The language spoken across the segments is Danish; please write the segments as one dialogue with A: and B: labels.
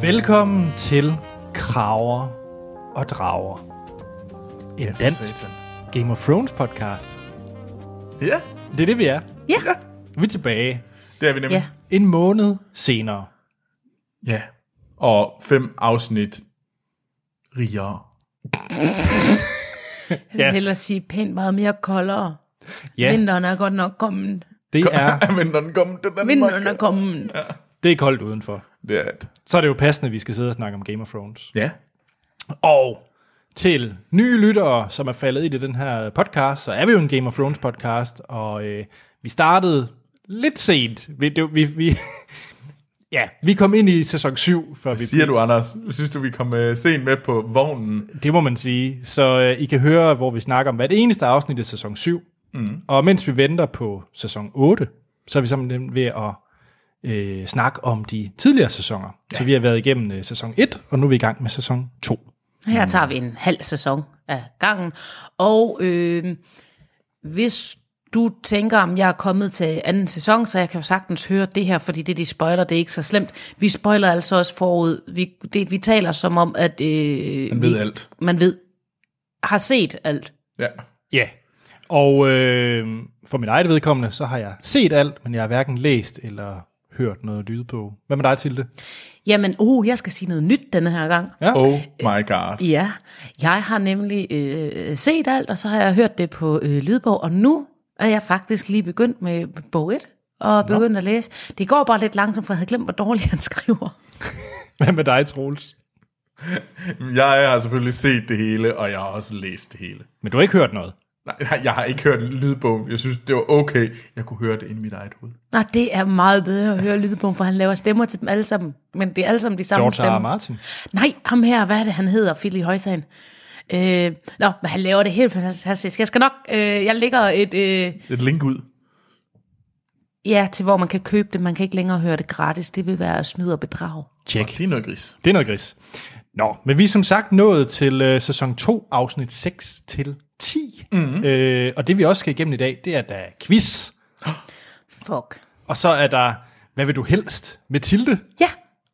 A: Velkommen til Kraver og Drager. En dansk
B: satan.
A: Game of Thrones podcast.
B: Ja,
A: Det er det, vi er.
C: Ja.
A: Vi er tilbage
B: det er vi nemlig.
C: Ja.
B: Ja.
A: en måned senere.
B: ja. Og fem afsnit rigere.
C: Jeg vil
A: Ja.
C: ja. hellere sige pænt meget mere koldere. Ja. Vinteren er godt nok kommet.
A: det er,
B: Vinteren kom til Danmark.
C: Vinteren er kommet. Ja.
A: det er koldt udenfor.
B: Det er det.
A: Så er det jo passende, at vi skal sidde og snakke om Game of Thrones.
B: Ja.
A: Og til nye lyttere, som er faldet ind i den her podcast, så er vi jo en Game of Thrones podcast, og øh, vi startede lidt sent. Vi, det, vi, vi, ja, vi kom ind i sæson 7, før vi
B: Siger du, Anders? Synes du, vi kom uh, sent med på vognen?
A: Det må man sige. Så øh, I kan høre, hvor vi snakker om hvert eneste afsnit af sæson 7. Mm. Og mens vi venter på sæson 8, så er vi simpelthen ved at øh, snakke om de tidligere sæsoner. Ja. Så vi har været igennem øh, sæson 1, og nu er vi i gang med sæson 2.
C: Her tager vi en halv sæson af gangen. Og øh, hvis du tænker, om jeg er kommet til anden sæson, så jeg kan jo sagtens høre det her, fordi det, de spoiler, det er ikke så slemt. Vi spoiler altså også forud. Vi, det, vi taler som om, at øh,
B: Man ved
C: vi,
B: alt.
C: man ved, har set alt.
B: Ja.
A: Ja. Og øh, for mit eget vedkommende, så har jeg set alt, men jeg har hverken læst eller hørt noget lyd på. Hvad med dig, Tilde?
C: Jamen, oh, jeg skal sige noget nyt denne her gang.
A: Ja.
B: Oh my god.
C: Ja, jeg har nemlig øh, set alt, og så har jeg hørt det på øh, lydbog, og nu er jeg faktisk lige begyndt med bog 1 og begyndt at læse. Det går bare lidt langsomt, for jeg havde glemt, hvor dårligt han skriver.
A: Hvad med dig, Troels?
B: Jeg har selvfølgelig set det hele, og jeg har også læst det hele.
A: Men du har ikke hørt noget.
B: Nej, nej, jeg har ikke hørt lydbogen. Jeg synes, det var okay. Jeg kunne høre det inde i mit eget hoved.
C: Nå, det er meget bedre at høre lydbogen, for han laver stemmer til dem alle sammen, men det er alle sammen de samme
A: George R. R.
C: stemmer.
A: Martin.
C: Nej, ham her, hvad er det, han hedder, Philly Højsagen? Øh, nå, men han laver det helt fantastisk. Jeg skal nok, øh, jeg lægger et, øh,
B: Et link ud.
C: ja, til hvor man kan købe det. Man kan ikke længere høre det gratis. Det vil være snyd og bedrag.
B: Check. Og det er noget gris.
A: Det er noget gris. Nå, men vi er som sagt nået til øh, sæson 2, afsnit 6 til 10. Mm-hmm. Øh, og det vi også skal igennem i dag, det er, at der er quiz.
C: Fuck.
A: Og så er der, hvad vil du helst, Mathilde.
C: Ja,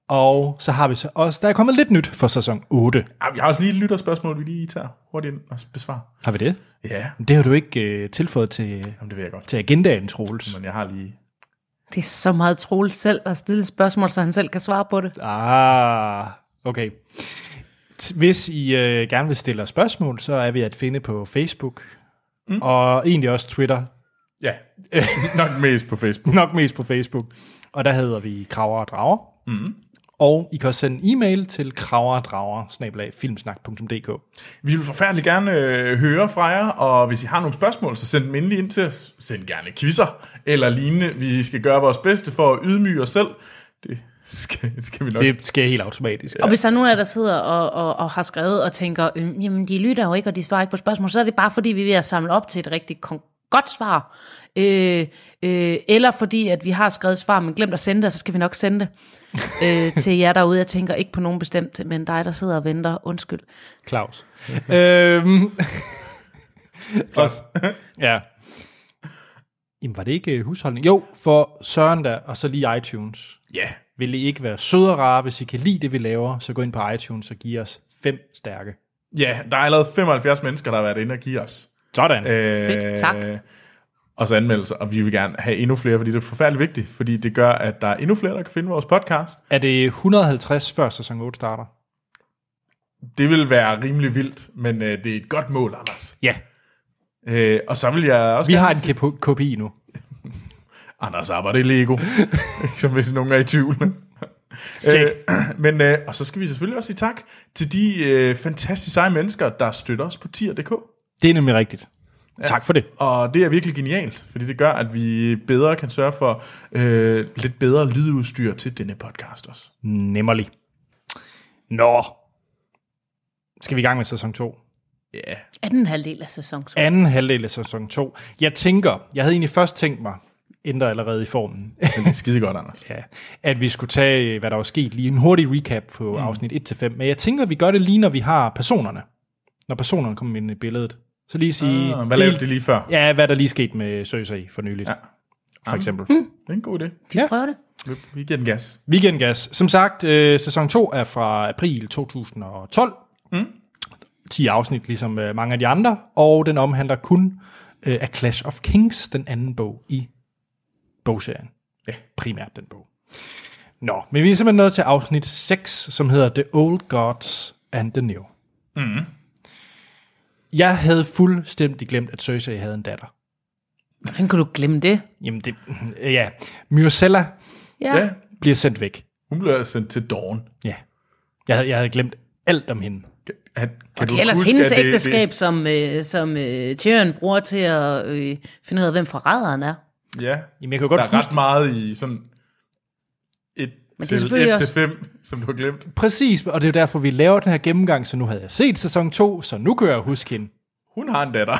A: Og så har vi så også, der er kommet lidt nyt for sæson 8.
B: Ah, vi har også lige et lytterspørgsmål, vi lige tager hurtigt ind og besvarer.
A: Har vi det?
B: Ja,
A: Det har du ikke øh, tilføjet til,
B: Jamen, det vil jeg godt.
A: til agendaen, Troels.
B: Men jeg har lige...
C: Det er så meget Troels selv at stille spørgsmål, så han selv kan svare på det.
A: Ah, okay. T- Hvis I øh, gerne vil stille os spørgsmål, så er vi at finde på Facebook. Mm. Og egentlig også Twitter.
B: Ja, nok mest på Facebook.
A: Nok mest på Facebook. Og der hedder vi Kraver og Drager. Mm. Og I kan også sende en e-mail til kraverdrager-filmsnak.dk.
B: Vi vil forfærdeligt gerne øh, høre fra jer, og hvis I har nogle spørgsmål, så send dem endelig ind til os. Send gerne quizzer eller lignende. Vi skal gøre vores bedste for at ydmyge os selv. Det skal, skal vi nok. Det,
A: Det sker helt automatisk.
C: Og hvis der er nogen af jer, der sidder og, og, og har skrevet og tænker, øh, jamen de lytter jo ikke, og de svarer ikke på spørgsmål, så er det bare fordi, vi er ved at samle op til et rigtig kon- godt svar. Øh, øh, eller fordi, at vi har skrevet svar, men glemt at sende det, og så skal vi nok sende det øh, til jer derude. Jeg tænker ikke på nogen bestemt, men dig, der sidder og venter. Undskyld.
A: Claus. øhm, Claus. ja. Jamen var det ikke øh, husholdning? Jo, for Søren der, og så lige iTunes.
B: ja,
A: Vil I ikke være søde og rare, hvis I kan lide det, vi laver, så gå ind på iTunes og giv os fem stærke.
B: ja, der er allerede 75 mennesker, der har været inde og give os.
A: Sådan. Øh.
B: Øh,
C: Fedt, tak.
B: Og så anmeldelser, og vi vil gerne have endnu flere, fordi det er forfærdeligt vigtigt, fordi det gør, at der er endnu flere, der kan finde vores podcast.
A: Er det 150 før sæson 8 starter?
B: Det vil være rimelig vildt, men øh, det er et godt mål, Anders.
A: Ja,
B: Øh, og så vil jeg også
A: vi
B: gerne
A: har en kep- kopi nu.
B: Anders arbejder i Lego, som hvis nogen er i tvivl. Øh, men, øh, og så skal vi selvfølgelig også sige tak til de øh, fantastiske seje mennesker, der støtter os på tier.dk.
A: Det er nemlig rigtigt. Ja. Tak for det.
B: Og det er virkelig genialt, fordi det gør, at vi bedre kan sørge for øh, lidt bedre lydudstyr til denne podcast også.
A: Nemmerlig. Nå. Skal vi i gang med sæson 2?
B: Ja. Yeah.
C: Anden halvdel af sæsonen.
A: Anden halvdel af sæson 2. Jeg tænker, jeg havde egentlig først tænkt mig, ændrer allerede i formen,
B: Det er skide godt, Anders.
A: ja, at vi skulle tage, hvad der var sket, lige en hurtig recap på mm. afsnit 1-5. Men jeg tænker, vi gør det lige, når vi har personerne. Når personerne kommer ind i billedet. Så lige sige...
B: Ah, Hvad Ah, lavede de lige før?
A: Ja, hvad der lige skete med Cersei for nyligt. Ja.
B: Ja.
A: for eksempel.
B: Det er en god idé.
C: Vi
A: Ja.
C: prøver det.
B: Vi- Vi giver den gas.
A: Weekendgas. Som sagt, øh, sæson 2 er fra april 2012. Mm. 10 afsnit, ligesom øh, mange af de andre. Og den omhandler kun øh, af Clash of Kings, den anden bog i bogserien. Ja. Primært den bog. Nå, men vi er simpelthen nået til afsnit 6, som hedder The Old Gods and the New. Mm. Jeg havde fuldstændig glemt, at Cersei havde en datter.
C: Hvordan kunne du glemme det?
A: Jamen, det, ja. Myrcella
B: Ja. ja.
A: bliver sendt væk.
B: Hun blev sendt til Dawn.
A: Ja. Jeg havde, jeg havde glemt alt om hende.
B: Kan, kan
C: Og
B: du
C: det er ellers
B: huske,
C: hendes
B: at det-
C: ægteskab, som, øh, som øh, Tyrion bruger til at øh, finde ud af, hvem forræderen er.
B: Det, ja,
A: Jamen, jeg kan
B: der
A: godt
B: er
A: huske...
B: ret meget i sådan et
C: det er
B: til,
C: selvfølgelig
B: et
C: også-
B: til fem, som du har glemt.
A: Præcis, og det er jo derfor, vi laver den her gennemgang, så nu havde jeg set sæson 2, så nu kan jeg huske hende.
B: Hun har en datter.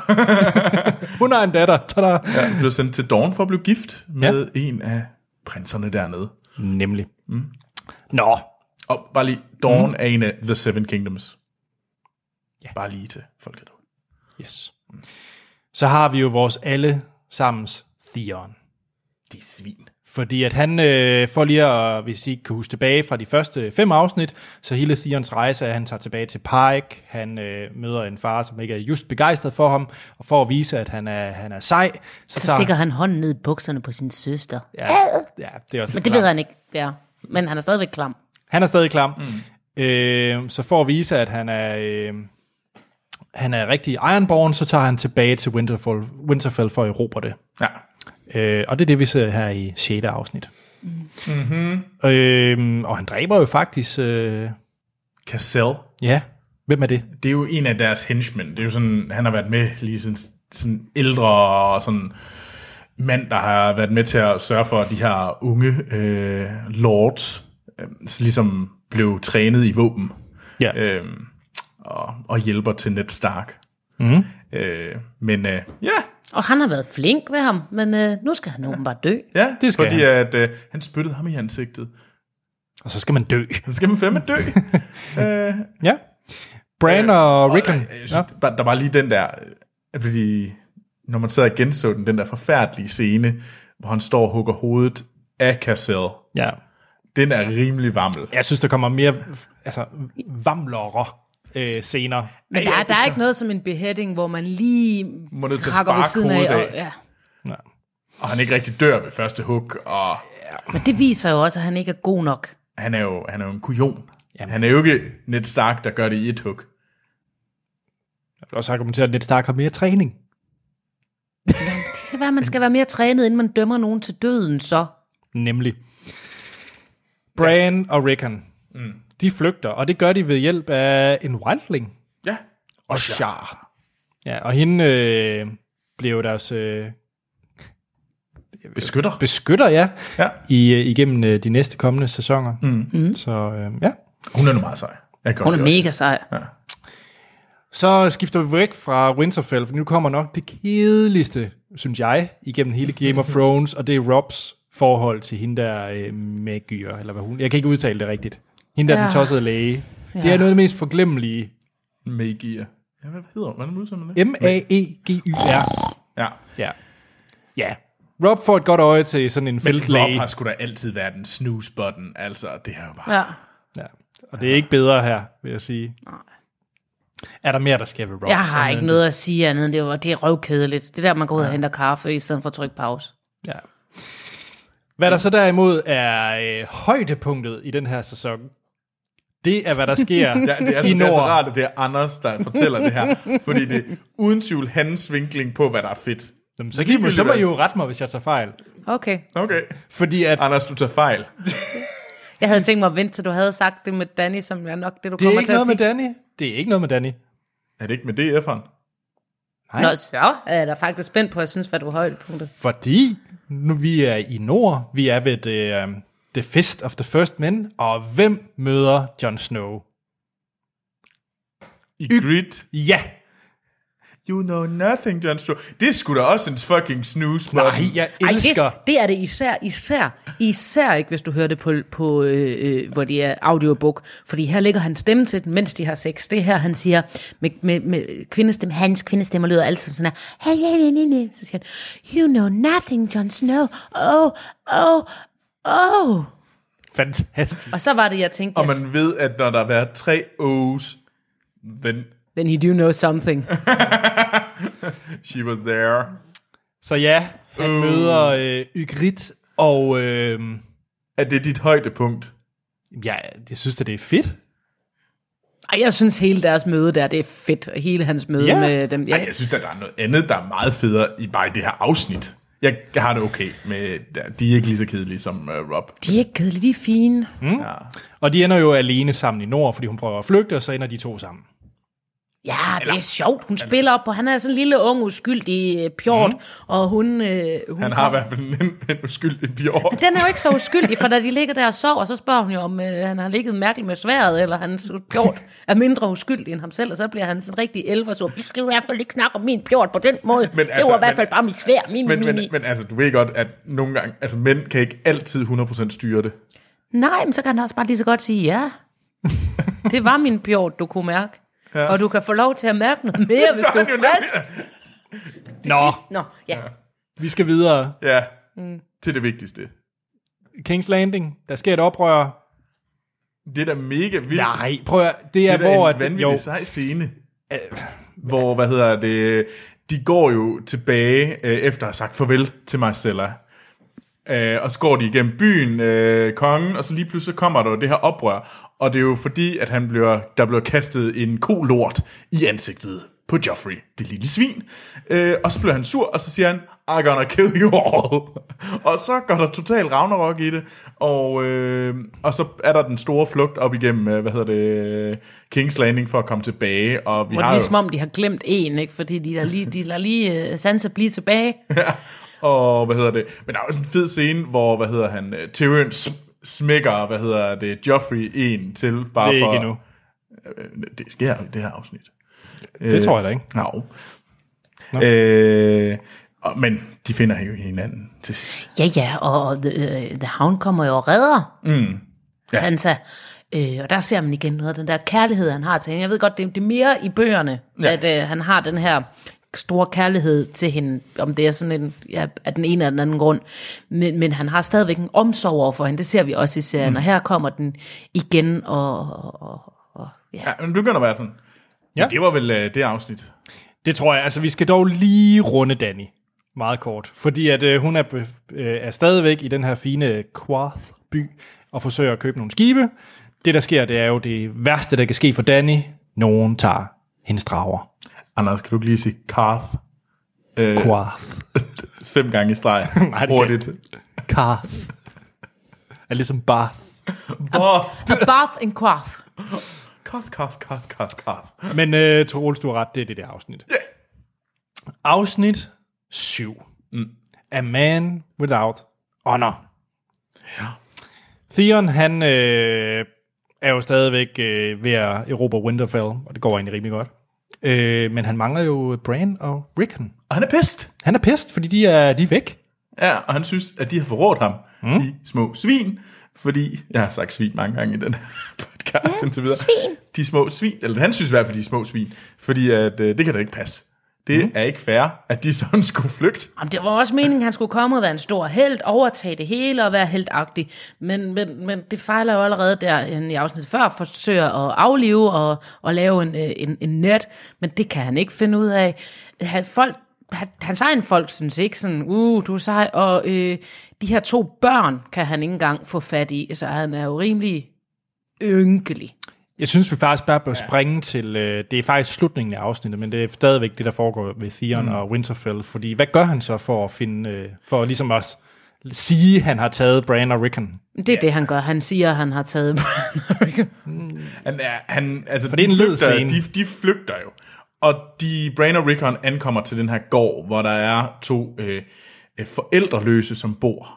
A: Hun har en datter, tada! Ja.
B: Hun blev sendt til Dawn for at blive gift med ja. en af prinserne dernede.
A: Nemlig. Mm. Nå,
B: Og bare lige, Dawn mm. er en af The Seven Kingdoms.
A: Ja.
B: Ja. Bare lige til folk derude.
A: yes. så har vi jo vores alle sammens Theon.
B: De er svin.
A: Fordi at han, øh, for lige at, hvis I ikke kan huske tilbage fra de første fem afsnit, så hele Theons rejse er, at han tager tilbage til Pike, han øh, møder en far, som ikke er just begejstret for ham, og for at vise, at han er, han er sej, så,
C: Så
A: tager-
C: stikker han hånden ned i bukserne på sin søster.
A: Ja, ja det er også lidt
C: Men det
A: klamt.
C: ved han ikke, det er. Men han er stadigvæk klam.
A: Han er stadig klam. Mm. Øh, så for at vise, at han er, øh, han er rigtig Ironborn, så tager han tilbage til Winterfell, Winterfell for at erobre det.
B: Ja.
A: Øh, og det er det, vi ser her i 6. afsnit. Mm. Øh, og han dræber jo faktisk... Øh,
B: Cassell,
A: ja, hvem er det?
B: det er jo en af deres henchmen. Det er jo sådan, han har været med lige sådan, sådan ældre og sådan mand, der har været med til at sørge for, at de her unge øh, lords øh, ligesom blev trænet i våben.
A: Ja.
B: Øh, og, og hjælper til Ned Stark.
A: Mhm.
B: Mm. Øh, men øh, ja,
C: Og han har været flink ved ham, men øh, nu skal han åbenbart dø.
B: ja,
A: Det skal
B: fordi
A: han.
B: at øh, han spyttede ham i ansigtet.
A: Og så skal man dø.
B: Så skal man fandme dø. øh,
A: Ja. Bran og Rickon.
B: Jeg synes, ja. Der var lige den der, øh, fordi når man sad og genså den, den der forfærdelige scene, hvor han står og hugger hovedet af Cassell,
A: Ja.
B: den er rimelig vammel.
A: Jeg synes, der kommer mere altså, vamlere øh, senere.
C: Men der, er- der er ikke noget som en beheading, hvor man lige
B: Man er nødt til at
C: hakker ved
B: sparke
C: siden af.
B: hovedet
C: Og,
B: af.
C: ja.
A: Ja.
B: Og han ikke rigtig dør ved første hug, og
C: Men det viser jo også, at han ikke er god nok.
B: han er jo, han er jo en kujon. Jamen. Han er jo ikke Ned Stark, der gør det i et hug.
A: Jeg vil også argumentere, at Ned Stark har mere træning.
C: Det kan være, at man skal være mere trænet, inden man dømmer nogen til døden så.
A: Nemlig. Bran og Rickon, mm. de flygter, og det gør de ved hjælp af en wildling.
B: Ja.
A: Og Char. Ja, og hende øh, blev jo deres øh,
B: Beskytter.
A: beskytter, ja,
B: Ja.
A: I, øh, igennem øh, de næste kommende sæsoner. Mm. Mm. Så øh, ja.
B: Hun er nu meget sej. Jeg kan
C: Hun
B: godt
C: er
B: lide
C: mega sej.
A: Så skifter vi væk fra Winterfell, for nu kommer nok det kedeligste, synes jeg, igennem hele Game of Thrones, og det er Robs forhold til hende der øh, Magyar, eller hvad hun... Jeg kan ikke udtale det rigtigt. Hende der, ja.
C: Ja.
A: den tossede læge. Ja. Det er
C: Ja.
A: noget af det mest forglemmelige
B: hende. Maggie. Ja, hvad hedder hun? Hvordan udtaler man det?
A: E M-A-E-G-Y-R.
B: Ja.
A: Ja. Ja. Rob får et godt øje til sådan en
B: Rob
A: feltlæge.
B: har sgu da altid været en snooze button. Altså, det er jo bare...
C: Ja.
A: Ja. Og det er ikke bedre her, vil jeg sige. Nej. Er der mere, der sker ved Rob?
C: Jeg har
A: Andet
C: ikke
A: end
C: noget at sige andet. end Det var- det er røvkedeligt. Det er der, man går ud og henter kaffe, i stedet for at trykke pause.
A: det? Ja. Hvad der så derimod er øh, højdepunktet i den her sæson, det er, hvad der sker
B: Ja, det er, altså,
A: i
B: det er så
A: Nord.
B: rart, at det er Anders, der fortæller det her. Fordi det er uden tvivl hans vinkling på, hvad der er fedt.
A: Jamen, så, giv mig, så må I jo rette mig, hvis jeg tager fejl.
C: Okay.
B: Okay.
A: Fordi at
B: Anders, du tager fejl.
C: Jeg havde tænkt mig at vente, til du havde sagt det med Danny, som er nok det, du
A: det er
C: kommer
A: ikke
C: til at
A: noget med
C: sige.
A: Danny. Det er ikke noget med Danny.
B: Er det ikke med DF'eren?
A: Nej.
C: Nå, så er jeg da faktisk spændt på, at jeg synes, hvad du har højdepunktet.
A: Fordi nu vi er i Nord, vi er ved det, um, The Fist of the First Men, og hvem møder Jon Snow?
B: I Grid.
A: Ja!
B: You know nothing, John Stewart. Det skulle da også en fucking snooze
A: Nej,
B: button.
A: jeg
C: Ej,
A: elsker...
C: det, det er det især, især, især ikke, hvis du hører det på, på øh, øh, hvor det er audiobook. Fordi her ligger han stemme til den, mens de har sex. Det er her, han siger med, med, med kvindestemme. Hans kvindestemme lyder altid som sådan her. Hey, hey, hey, hey, hey. Så siger han, you know nothing, Jon Snow. Oh, oh, oh.
A: Fantastisk.
C: Og så var det, jeg tænkte,
B: Og
C: yes,
B: man ved, at når der har været tre O's, then
C: then he do know something.
B: she was there.
A: Så ja, han uh. møder øh, Ygritte, og øh,
B: Er det dit højdepunkt?
A: ja, jeg synes, at det er fedt.
C: Ej, jeg synes hele deres møde der, det er fedt. Og hele hans møde
A: Ja.
C: med dem. Ja.
B: Ej, jeg synes, at der er noget andet, der er meget federe i bare det her afsnit. Jeg jeg har det okay med, de er ikke lige så kedelige som uh, Rob.
C: De er ikke kedelige, de er fine.
B: Mm. Ja.
A: Og de ender jo alene sammen i nord, fordi hun prøver at flygte, og så ender de to sammen.
C: Ja, det er sjovt. Hun spiller op, og han er sådan en lille ung, uskyldig øh, pjort,
B: Mhm.
C: mm. og hun... Øh, hun
B: Han har i hvert fald en, en uskyldig bjørn.
C: Den er jo ikke så uskyldig, for da de ligger der og sover, så spørger hun jo, om øh, han har ligget mærkeligt med sværet, eller hans pjort er mindre uskyldig end ham selv, og så bliver han sådan rigtig elver, så vi skal i hvert fald ikke snakke om min pjort på den måde. Men altså, det
B: altså,
C: var i hvert
B: men-
C: fald bare mit svær, min,
B: Men,
C: min,
B: men,
C: min.
B: men altså, du ved godt, at nogle gange, altså mænd kan ikke altid 100% styre det.
C: Nej, men så kan han også bare lige så godt sige, ja, det var min pjort, du kunne mærke. Ja. Og du kan få lov til at mærke noget mere, hvis
B: Så er
C: du
B: han
C: er
B: jo
C: frisk.
A: Nå,
C: Nå, ja.
A: vi skal videre.
B: Ja, mm. til det vigtigste.
A: King's Landing, der sker et oprør.
B: Det er da mega vildt.
A: Nej, prøv at, det er,
B: det er
A: hvor...
B: da en
A: At,
B: vanvittig
A: jo,
B: sej scene. Hvor, hvad hedder det, de går jo tilbage, øh, efter at have sagt farvel til Marcella. Øh, og så går de igennem byen, øh, kongen, og så lige pludselig så kommer der jo det her oprør. Og det er jo fordi, at han bliver, der bliver kastet en kolort i ansigtet på Joffrey, det lille svin. Øh, og så bliver han sur, og så siger han, I'm gonna kill you all. og så går der total ragnarok i det, og, øh, og så er der den store flugt op igennem, øh, hvad hedder det, King's Landing for at komme tilbage. Og vi
C: Hvor det
B: har
C: er
B: jo,
C: ligesom om, de har glemt en, ikke? fordi de lader lige, de lader lige uh, Sansa blive tilbage.
B: Og hvad hedder det? Men der er også en fed scene, hvor, hvad hedder han, øh, Tyrion sm- smækker, hvad hedder det, Joffrey en til, bare
A: det er
B: for...
A: ikke endnu.
B: Øh, Det sker jo i det her afsnit.
A: Det tror jeg da ikke.
B: No. Øh, og, men de finder jo hinanden til sidst.
C: Ja, ja, og, og the, øh, the Hound kommer jo og redder mm. ja. Sansa. Øh, og der ser man igen noget af den der kærlighed, han har til hende. Jeg ved godt, det, det er mere i bøgerne, ja. at øh, han har den her store kærlighed til hende, om det er sådan en, ja, af den ene eller den anden grund. Men, men han har stadigvæk en omsorg over for hende, det ser vi også i serien, mm. og her kommer den igen, og, og, og ja.
B: Ja, men det begynder at være sådan. Ja.
A: Ja.
B: Men det var vel øh, det afsnit.
A: Det tror jeg. Altså, vi skal dog lige runde Danny. Meget kort. Fordi at øh, hun er, be- øh, er stadigvæk i den her fine Quarth-by og forsøger at købe nogle skibe. Det, der sker, det er jo det værste, der kan ske for Danny. Nogen tager hendes drager.
B: Anders, kan du ikke lige sige Karth? Øh,
A: Quarth.
B: fem gange i streg.
A: Nej, det kan-
B: Hurtigt.
A: Quarth. Er ligesom Bath.
B: Åh,
C: A bath and quaff.
B: Karth, Karth, Karth, Karth, Karth.
A: Men øh, Troels, du har ret, det er det der afsnit. Yeah. Afsnit 7. Mm. A Man Without Honor. Ja. Theon, han øh, er jo stadigvæk øh, ved at erobre Winterfell, og det går egentlig rimelig godt. Øh, men han mangler jo Bran og Rickon.
B: Og han er pist.
A: Han er pissed, fordi de er, de er væk.
B: Ja, og han synes, at de har forrådt ham. Mm. De små svin. Fordi, jeg har sagt svin mange gange i den her podcast, mm, videre. Svin. De små svin, eller han synes i hvert fald, de er små svin. Fordi at, øh, det kan da ikke passe. Det mm. er ikke fair, at de sådan skulle flygte.
C: Jamen, det var også meningen, at han skulle komme og være en stor held, overtage det hele og være heldagtig. Men, men, men det fejler jo allerede der end i afsnittet før, forsøger at aflive og, og lave en, øh, en, en net, men det kan han ikke finde ud af. Han, folk, han, hans egen folk synes ikke sådan, uh, du er sej, og øh, de her to børn kan han ikke engang få fat i, så han er jo rimelig ynkelig.
A: Jeg synes, vi faktisk bare bør springe ja. til, øh, det er faktisk slutningen af afsnittet, men det er stadigvæk det, der foregår ved Theon mm. og Winterfell, fordi hvad gør han så for at finde, øh, for ligesom at sige, han har taget Bran og Rickon?
C: Det er ja. det, han gør. Han siger, at han har taget...
B: Han, er, han, altså,
A: det er
B: de
A: en led
B: flygter,
A: scene.
B: de, de flygter jo. Og de, Bran og Rickon ankommer til den her gård, hvor der er to øh, øh, forældreløse, som bor.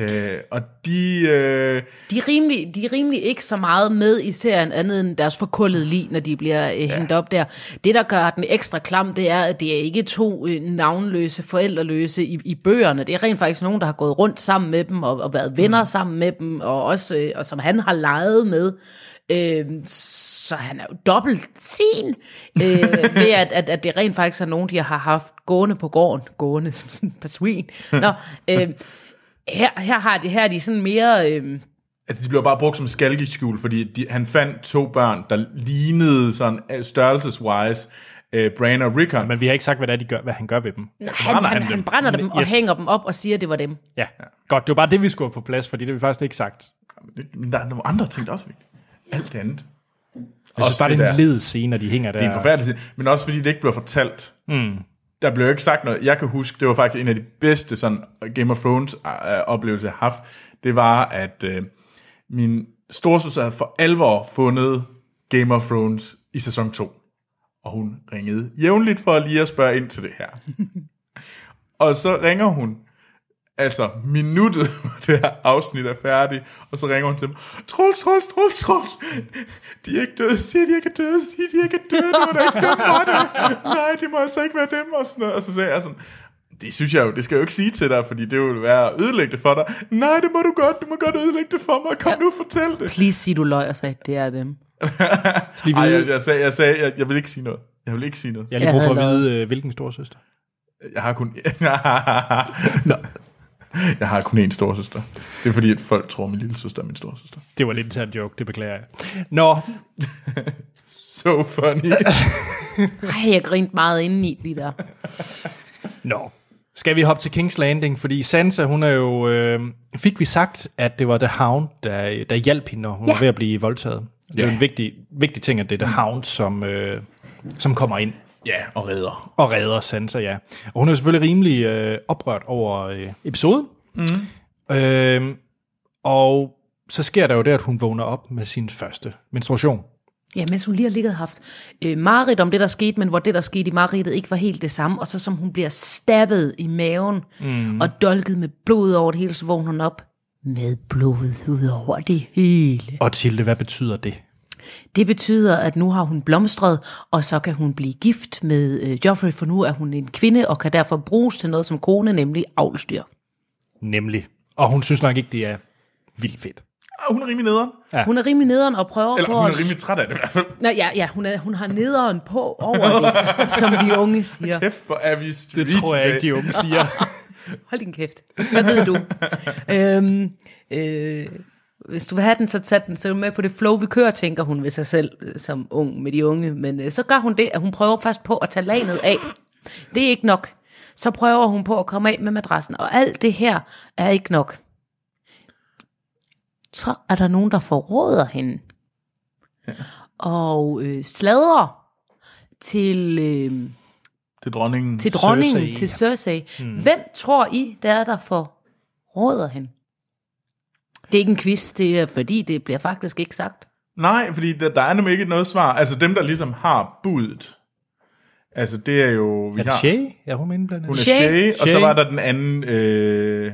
B: Øh, og de... Øh,
C: De er, rimelig, de er rimelig ikke så meget med i serien, andet end deres forkullede lig, når de bliver øh, hængt op der. Det, der gør den ekstra klam, det er, at det er ikke to øh, navnløse, forældreløse i, i bøgerne. Det er rent faktisk nogen, der har gået rundt sammen med dem, og, og været venner mm. sammen med dem, og, også, øh, og som han har leget med. Øh, så han er jo dobbelt sin, øh, ved at, at, at det rent faktisk er nogen, de har haft gående på gården. Gående som sådan et par svin. Nå, øh, her, her, har de, her er de sådan mere... Øh,
B: altså, de blev bare brugt som skalkeskjul, fordi de, han fandt to børn, der lignede sådan øh, størrelses-wise øh, Bran og Rickon.
A: Men vi har ikke sagt, hvad, det er, de gør, hvad han gør ved dem.
C: Altså, han,
B: brænder
C: brænder
B: han
C: han,
B: dem.
C: han, han brænder dem og
A: Yes.
C: yes. hænger dem op og siger, at det var dem.
A: Ja, godt. Det var bare det, vi skulle have på plads, fordi det har vi faktisk ikke sagt.
B: Det- Men der er nogle andre ting, der er også er vigtigt. Alt det andet.
A: Jeg synes
B: Også
A: bare, det
B: det
A: er en
B: der.
A: led scene, når de hænger der.
B: Det er en forfærdelig scene, men også fordi det ikke blev fortalt. Mm. Der blev jo ikke sagt noget. Jeg kan huske, det var faktisk en af de bedste sådan, Game of Thrones øh, oplevelser, jeg har haft. Det var, at øh, min storsøster havde for alvor fundet Game of Thrones i sæson 2. Og hun ringede jævnligt for lige at spørge ind til det her. og så ringer hun altså minuttet, hvor det her afsnit er færdigt, og så ringer hun til dem, Troels, Troels, Troels, Troels, de er ikke døde, siger de ikke er døde, siger de ikke er døde, det var da ikke dem, var det? Nej, det må altså ikke være dem, og sådan noget. Og så sagde jeg sådan, det synes jeg jo, det skal jeg jo ikke sige til dig, fordi det vil være at ødelægge det for dig. Nej, det må du godt, du må godt ødelægge det for mig, kom nu, fortæl det.
C: Please sig, du løg og sagde, det er dem.
A: lige
B: Ej,
A: vide,
B: jeg, jeg sagde, jeg, sagde jeg, jeg vil ikke sige noget. Jeg vil ikke sige noget.
A: jeg har lige
C: Jeg
A: brug for at
C: havde
A: vide, øh, hvilken storsøster.
B: Jeg har kun... Nå. Jeg har kun én storsøster. Det er fordi, at folk tror, at min lille søster er min storsøster.
A: Det var lidt intern joke, det beklager jeg. Nå,
B: So funny.
C: Ej, jeg grinte meget indeni lige der.
A: Nå. Skal vi hoppe til King's Landing? Fordi Sansa, hun er jo... Øh, fik vi sagt, at det var The Hound, der, der hjalp hende, når hun ja. var ved at blive voldtaget? Det er jo
B: Ja.
A: en vigtig, vigtig ting, at det er The Hound, som, øh, som kommer ind
B: ja, og redder.
A: og redder Sansa, ja. Og hun er jo selvfølgelig rimelig øh, oprørt over øh, episoden. Mm. Øh, og så sker der jo det, at hun vågner op med sin første menstruation.
C: Ja, mens hun lige har ligget og haft øh, mareridt om det, der skete, men hvor det, der skete i mareridtet, ikke var helt det samme. Og så som hun bliver stabbet i maven mm. og dolket med blod over det hele, så vågner hun op med blodet ud over det hele.
A: Og Tilde, hvad betyder det?
C: Det betyder, at nu har hun blomstret, og så kan hun blive gift med øh, Joffrey, for nu er hun en kvinde og kan derfor bruges til noget som kone, nemlig avlstyr.
A: Nemlig. Og hun synes nok ikke, det er vildt fedt.
B: Ah, hun er rimelig nederen.
A: Ja.
C: Hun er rimelig nederen og prøver
B: Eller
C: på
B: hun er
C: at...
B: rimelig træt af det i hvert fald.
C: Nå, ja, ja hun, er, hun har nederen på over det, som de unge siger.
B: Kæft, hvor er vi street
A: Det tror jeg
B: i
A: ikke,
B: dag.
A: de unge siger.
C: Hold din kæft. Hvad ved du? øhm, øh, hvis du vil have den, så tag den. Så er du med på det flow, vi kører, tænker hun ved sig selv øh, som ung med de unge. Men øh, så gør hun det, at hun prøver først på at tage lanet af. Det er ikke nok. Så prøver hun på at komme af med madrassen. Og alt det her er ikke nok. Så er der nogen, der forråder hende. Og øh, sladrer til... Øh,
B: Til dronningen.
C: til dronningen,
A: Cersei.
C: Cersei. til Cersei. Mm. Hvem tror I, der er der forråder hende? Det er ikke en quiz, det er fordi, det bliver faktisk ikke sagt.
B: Nej, fordi der, der er nemlig ikke noget svar. Altså dem, der ligesom har budet. Altså det er jo... Vi
A: Er det
B: har,
A: Shay? Er hun inde blandt
B: Hun er
A: andet?
B: Shay,
C: Shay.
B: og så
A: Shay.
B: var der den anden øh,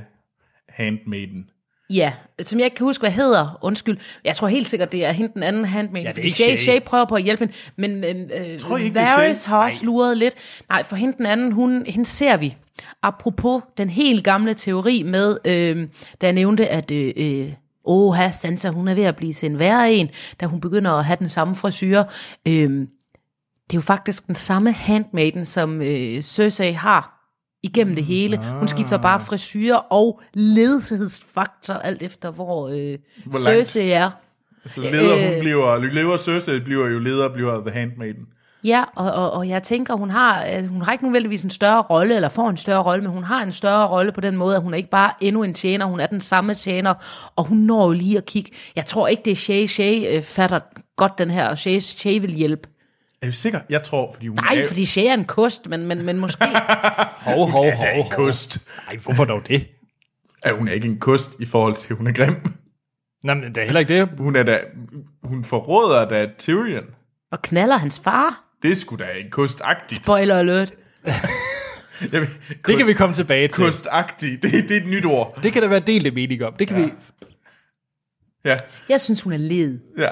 B: handmaiden.
C: Ja, som jeg ikke kan huske, hvad hedder. Undskyld. Jeg tror helt sikkert, det er hende den anden handmaid.
A: Ja, det er
C: fordi
A: ikke
C: Shay,
A: Shay.
C: Shay prøver på at hjælpe hende, men øh,
B: Tror I
C: øh,
B: ikke, det er
C: Varys
B: Shay?
C: har også luret lidt. Nej, for hende den anden, hun, hende ser vi. Apropos den helt gamle teori med, øh, da jeg nævnte, at øh, øh, oha, Sansa, hun er ved at blive til en værre en, da hun begynder at have den samme frisyr. Øh, det er jo faktisk den samme handmaiden, som øh, Cersei har igennem det hele. Hun skifter bare frisyrer og ledelsesfaktor, alt efter hvor, øh,
B: Hvor
C: hvor
B: langt?
C: Cersei er.
B: Så Altså, leder
C: Øh.
B: hun bliver... Leder Cersei bliver jo leder, bliver The Handmaiden.
C: Ja, og, og, og jeg tænker, hun har, at hun har ikke nødvendigvis en større rolle, eller får en større rolle, men hun har en større rolle på den måde, at hun er ikke bare endnu en tjener, hun er den samme tjener, og hun når jo lige at kigge. Jeg tror ikke, det er Shay Shay øh, fatter godt den her, og Shay, Shay vil hjælpe.
B: Er du sikker? Jeg tror, fordi hun er...
C: Nej, fordi Shay er en kost, men, men, men måske...
A: Hov, hov,
B: er en kost.
A: Ej, hvorfor dog det?
B: Er hun er ikke en kost i forhold til, at hun er grim.
A: Nej, men det er heller ikke det.
B: Hun er da... Hun forråder da Tyrion.
C: Og knaller hans far?
B: Det skulle da ikke kustagtigt.
C: Spoiler alert.
B: Jeg ved,
A: Det kan vi komme tilbage til.
B: Kostagtig, det, det er et nyt ord.
A: Det kan der være delte mening om. Det kan ja. vi.
B: Ja,
C: Jeg synes, hun er led.
B: ja.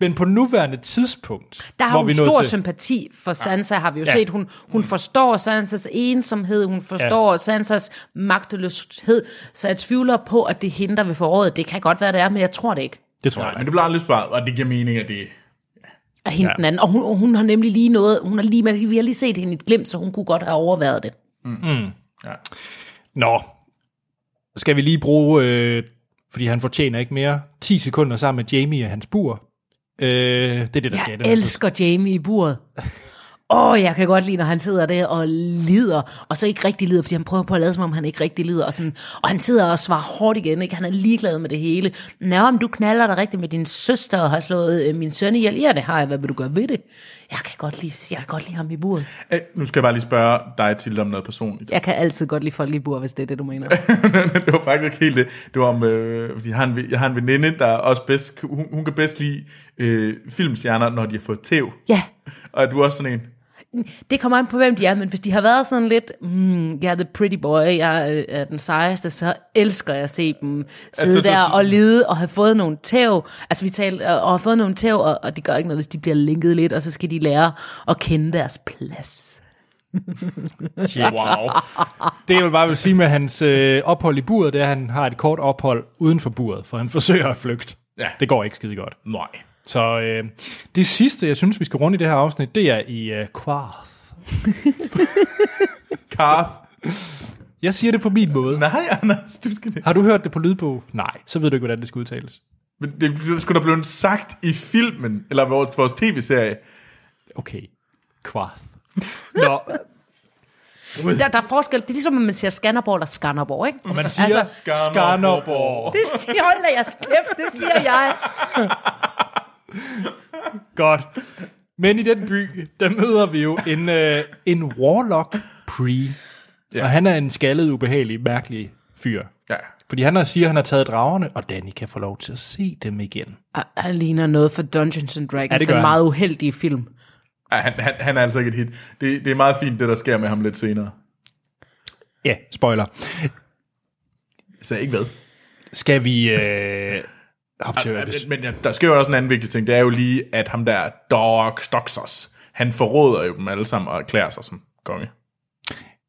A: Men på nuværende tidspunkt,
C: Der har
A: hvor
C: hun
A: vi er nået
C: stor
A: til,
C: sympati for Sansa, har vi jo
A: Ja. Mm.
C: ja. set. Hun, hun forstår Sansas ensomhed, hun forstår ja. Sansas magteløshed, så jeg tvivler på, at det er hende, der vil få året. Det kan godt være, det er, men jeg tror det ikke.
A: Det tror
B: Nej,
A: jeg
B: men
A: ikke.
B: det bliver aldrig spørget, og det giver mening, at det
C: Af hende ja. den anden. Og hun, hun har nemlig lige noget, hun har lige, vi har lige set hende i et glimt, så hun kunne godt have overværet det.
B: ja.
A: Nå, skal vi lige bruge, øh, fordi han fortjener ikke mere, 10 sekunder sammen med Jamie og hans bur. Øh, det er altså- det, der sker. i
C: Jeg
A: den her
C: elsker Jamie i buret. Åh, oh, jeg kan godt lide, når han sidder der og lider, og så ikke rigtig lider, fordi han prøver på at lade, som om han ikke rigtig lider, og, sådan, og han sidder og svarer hårdt igen, ikke? han er ligeglad med det hele. Nå, om du knaller dig rigtigt med din søster og har slået øh, min søn ihjel, ja, det har jeg, hvad vil du gøre ved det? Jeg kan godt lide, jeg kan godt lide ham i buret.
B: Øh, Nu skal jeg bare lige spørge dig, Tilde, om noget personligt.
C: Jeg kan altid godt lide folk i bur, hvis det er det, du mener.
B: det var faktisk ikke helt det. Det var om, øh, fordi jeg har, en, ve- jeg har en veninde, der også bedst, hun, hun kan bedst lide øh, filmstjerner, når de har fået tæv.
C: ja,
B: Og er du også sådan en?
C: det kommer an på, hvem de er, men hvis de har været sådan lidt, mm, jeg er the pretty boy, jeg er, øh, er den sejeste, så elsker jeg at se dem sidde
B: så-
C: altså,
B: så-
C: der og lide og have fået nogle tæv. Altså vi taler, og har fået nogle tæv, og, og det gør ikke noget, hvis de bliver linket lidt, og så skal de lære at kende deres plads.
B: Wow.
A: Det jeg vil bare vil sige med hans øh, ophold i buret, det er, at han har et kort ophold uden for buret, for han forsøger at flygte.
B: Ja.
A: Det går ikke skide godt.
B: Nej.
A: Så øh, det sidste, jeg synes, vi skal runde i det her afsnit, det er i øh, Quarth.
B: Karf.
A: Jeg siger det på min måde.
B: Nej, Anders, du skal det.
A: Har du hørt det på lydbog? Nej, så ved du ikke, hvordan det skal udtales.
B: Men det skulle da blive sagt i filmen, eller vores, vores tv-serie.
A: Okay. Quarth. Nå,
C: Der, der er forskel, det er ligesom, at man siger Skanderborg, der Skanderborg, ikke? Og
A: man siger altså, Skanderborg.
C: det siger, hold da jeres kæft, det siger jeg.
A: Godt. Men i den by, der møder vi jo en, øh, en warlock pre. Ja. Og han er en skaldet, ubehagelig, mærkelig fyr.
B: Ja.
A: Fordi han har- siger, at han har taget dragerne, og Danny kan få lov til at se dem igen.
C: Ah, Han ligner noget for Dungeons and Dragons,
A: Ja,
C: ja,
A: det
C: det
A: gør
C: den
A: han.
C: meget uheldige film.
B: Ej, Han, han, han er altså ikke et hit. Det, det er meget fint, det der sker med ham lidt senere.
A: Ja, spoiler.
B: Så ikke hvad.
A: Skal vi øh, hoppe til
B: Ja,
A: Ørbis?
B: men, men ja, der sker jo også en anden vigtig ting. Det er jo lige, at ham der Dog Stoxos, han forråder jo dem alle sammen og erklærer sig som konge.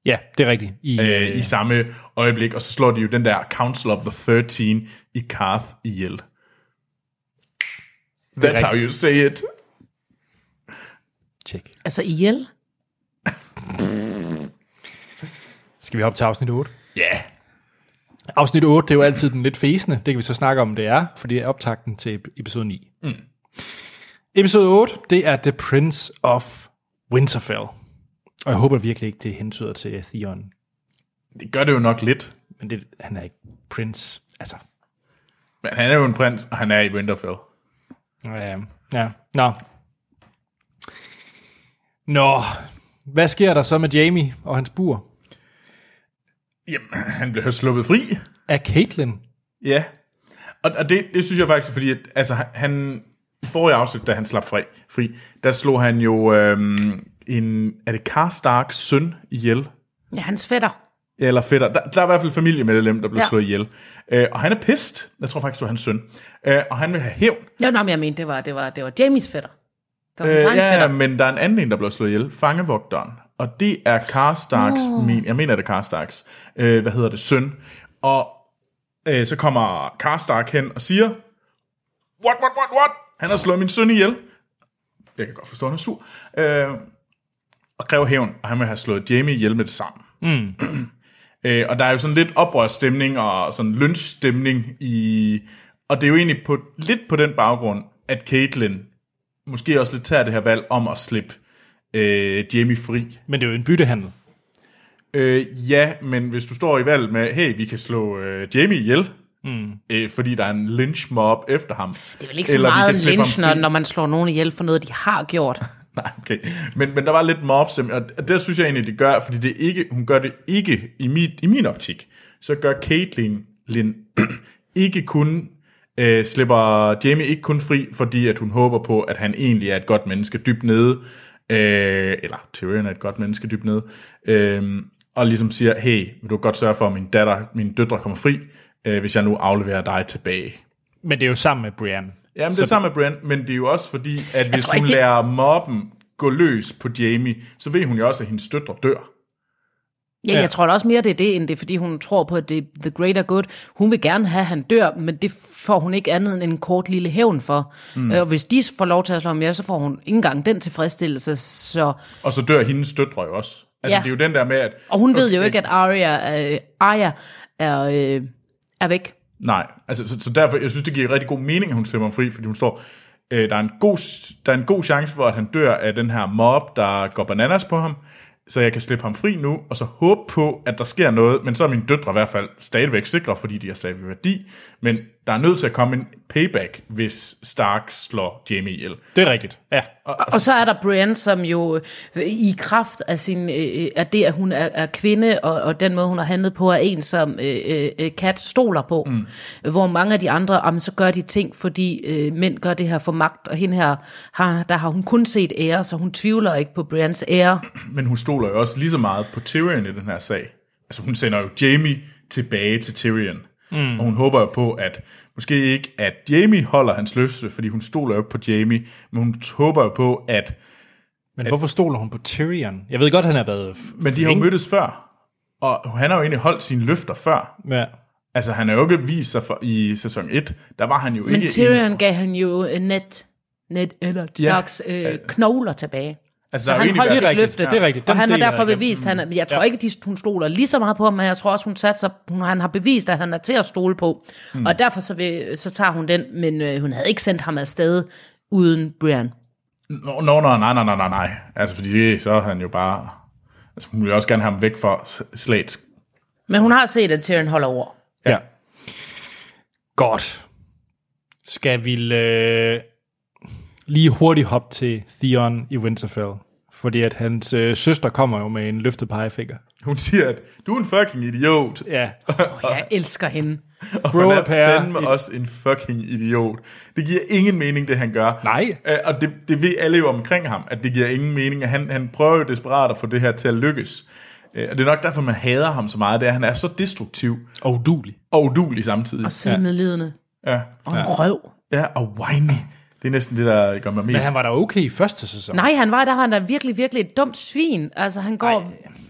A: Ja, det er rigtigt. I,
B: Øh, I samme øjeblik, og så slår de jo den der Council of the 13 i Karth ihjel. That's how you say it.
A: Tjek.
C: Altså ihjel?
A: Skal vi hoppe til afsnit 8?
B: Ja. Yeah.
A: Afsnit 8, det er jo altid den lidt fæsende. Det kan vi så snakke om, det er, for det er optakten til episode 9. Mm. Episode 8, det er The Prince of Winterfell. Og jeg håber virkelig ikke, det hentyder til Theon.
B: Det gør det jo nok lidt.
A: Men det, han er ikke prins. Altså,
B: Men han er jo en prins, og han er i Winterfell.
A: øh, ja. Nå. Nå. Hvad sker der så med Jamie og hans bur?
B: Jamen, han bliver sluppet fri.
A: Er Caitlyn
B: Ja. Og, og det, det synes jeg faktisk, fordi at, altså, han, i forrige afsnit, da han slap fri, fri der slog han jo øhm, en, er det Karstarks søn ihjel?
C: Ja, hans fætter.
B: Ja, Eller fætter. Der, der er i hvert fald familiemedlem, der blev ja.
C: Ja.
B: slået ihjel. Øh, og han er pist. Jeg tror faktisk, det var hans søn. Øh, og han vil have hævn.
C: Ja, nej, men jeg mente, det var, det var, det var Jamies fætter. Det
B: Øh,
C: var hans egen
B: ja, ja,
C: fætter.
B: men der er en anden en, der blev slået ihjel. Fangevogteren. Og det er Karstarks, no. min, jeg mener, det er Karstarks, øh, hvad hedder det, søn. Og øh, så kommer Karstark hen og siger, what, what, what, what? Han har slået min søn ihjel. Jeg kan godt forstå, at han er sur. Øh, og kræver hævn, og han vil have slået Jamie ihjel med det samme. Mm. øh, og der er jo sådan lidt oprørsstemning og sådan lynchstemning i... Og det er jo egentlig på, lidt på den baggrund, at Caitlyn måske også lidt tager det her valg om at slippe øh, Jamie fri.
A: Men det er jo en byttehandel.
B: Øh, ja, men hvis du står i valg med, hey, vi kan slå øh, Jamie ihjel, mm. øh, fordi der er en lynch mob efter ham.
C: Det er vel ikke så meget lynch, når,
B: fri.
C: når man slår nogen ihjel for noget, de har gjort.
B: Nej, okay. Men, men der var lidt mobs, og og det synes jeg egentlig, det gør, fordi det er ikke, hun gør det ikke i min, i min optik. Så gør Caitlyn Lin ikke kun, øh, slipper Jamie ikke kun fri, fordi at hun håber på, at han egentlig er et godt menneske dybt nede, Øh, eller Tyrion er et godt menneske dybt nede. Øh, og ligesom siger, hey, vil du godt sørge for, at min datter, mine døtre kommer fri, øh, hvis jeg nu afleverer dig tilbage.
A: Men det er jo sammen med Brian.
B: Jamen, det er sammen med Brand, men det er jo også fordi, at hvis
C: tror
B: hun
C: ikke,
B: ikke,
C: det-
B: lærer mobben gå løs på Jamie, så ved hun jo også, at hendes døtre dør.
C: Ja,
B: Ja.
C: jeg tror da også mere, det er det, end det er, fordi hun tror på, at det er the greater good. Hun vil gerne have, at han dør, men det får hun ikke andet end en kort lille hævn for. Mm. Og hvis de får lov til at slå ham ihjel, så får hun ikke engang den tilfredsstillelse. Så...
B: Og så dør hendes døtre jo også. Altså, ja.
C: Ja.
B: det er jo den der med, at...
C: Og hun ved jo ikke, at Arya, øh, Arya er, øh, er væk.
B: Nej, altså, så, så derfor, jeg synes, det giver rigtig god mening, at hun slipper ham fri, fordi hun står... Øh, der, er en god, der er en god chance for, at han dør af den her mob, der går bananas på ham, så jeg kan slippe ham fri nu, og så håbe på, at der sker noget, men så er mine døtre i hvert fald stadigvæk sikre, fordi de har stadigvæk værdi, men der er nødt til at komme en payback, hvis Stark slår Jamie ihjel.
A: Det er rigtigt. Ja.
C: Og så er der Brienne, som jo øh, i kraft af, sin, øh, af det, at hun er, er kvinde, og, og den måde, hun har handlet på, er en, som øh, øh, øh, Kat stoler på. Mm. Hvor mange af de andre, jamen, så gør de ting, fordi øh, mænd gør det her for magt, og hende her, har, der har hun kun set ære, så hun tvivler ikke på Brians ære.
B: Men hun stoler jo også lige så meget på Tyrion i den her sag. Altså hun sender jo Jamie tilbage til Tyrion. Mm. Og hun håber jo på, at måske ikke, at Jamie holder hans løfte, fordi hun stoler jo ikke på Jamie, men hun håber jo på, at...
A: Men hvorfor stoler hun på Tyrion? Jeg ved godt, han har været... f-
B: Men de har jo
A: flink.
B: mødtes før, og han har jo egentlig holdt sine løfter før.
A: Ja.
B: Altså han har jo ikke vist sig for, i sæson 1, der var han jo
C: Men
B: ikke... en,
C: Tyrion gav han jo øh, net, net eller Starks øh, knogler tilbage.
B: altså,
C: Så
B: der er jo
C: han
B: egentlig været-
C: holdt
A: Det er
C: sit
A: rigtigt,
C: løfte,
A: det er rigtigt.
C: og
A: Den
C: han har
A: del er
C: derfor
A: igennem.
C: bevist, han, jeg tror ikke, de, hun stoler lige så meget på ham, men jeg tror også, hun satser, hun, han har bevist, at han er til at stole på. Mm. Og derfor så, vil, så tager hun den, men øh, hun havde ikke sendt ham afsted uden Brian.
B: Nå, no, no, nej, nej, nej, nej, nej. Altså, fordi det, så er han jo bare... Altså, hun vil også gerne have ham væk fra Slate.
C: Men hun har set, at Tyrion holder over.
A: ja. Godt. Skal vi øh, lige hurtigt hoppe til Theon i Winterfell? Fordi at hans øh, søster kommer jo med en løftet pegefinger.
B: Hun siger, at du er en fucking idiot.
A: Ja.
C: Og jeg elsker hende.
B: Bro
A: Bro
B: han er
A: up her.
B: fandme også en fucking idiot. Det giver ingen mening, det han gør.
A: Nej.
B: Øh, og det, det ved alle jo omkring ham, at det giver ingen mening. at Han, han prøver jo desperat at få det her til at lykkes. Øh, og det er nok derfor, man hader ham så meget. Det er, at han er så destruktiv
A: Og dulig.
B: og udulig samtidig.
C: Og selvmedlidende.
B: Ja,
C: Og en røv.
B: ja og whiny. Det er næsten det, der gør mig
A: Men
B: mest.
A: han var da okay i første sæson.
C: Nej, han var, der var han da virkelig, virkelig et dumt svin. Altså, han går Ej.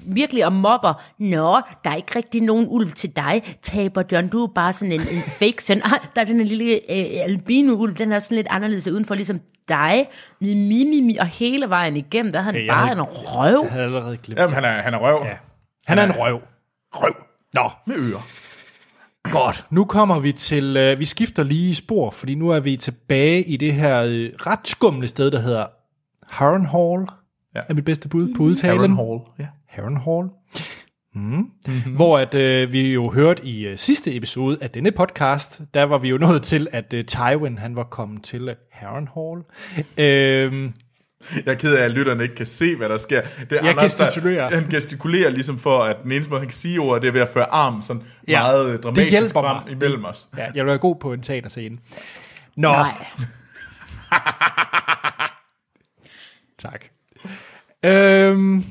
C: virkelig og mobber. Nå, der er ikke rigtig nogen ulv til dig, taber John. Du er bare sådan en, en fake søn. Ah, der er den her lille øh, albino-ulv, den er sådan lidt anderledes udenfor, ligesom dig. Mi, mi, mi, mi. Og hele vejen igennem, der er han
A: Ja, jeg
C: bare
A: havde
C: en røv.
A: Jeg havde allerede glemt.
B: Jamen, han er, han er røv.
A: Ja. Han er en røv.
B: Røv
A: Nå,
B: med ører.
A: Godt. Nu kommer vi til, øh, vi skifter lige spor, fordi nu er vi tilbage i det her øh, ret skumle sted, der hedder Harrenhal,
B: Ja.
A: ja. er mit bedste bud på udtalen.
B: Harrenhal. Ja.
A: Harrenhal. Mm. Mm-hmm. Hvor at, øh, vi jo hørte i øh, sidste episode af denne podcast, der var vi jo nået til, at øh, Tywin han var kommet til øh, Harrenhal. Øhm,
B: Jeg er ked af, at lytterne ikke kan se, hvad der sker. Det er
A: Jeg
B: der-
A: gestikulerer.
B: han gestikulerer ligesom for, at den eneste måde, han kan sige ordet, det er ved at føre armen sådan ja.
A: Ja,
B: meget øh, dramatisk
A: hjælper
B: frem
A: mig.
B: imellem os.
A: ja, jeg vil være god på en teaterscene. Nå,
C: Nej.
A: Tak. Øhm,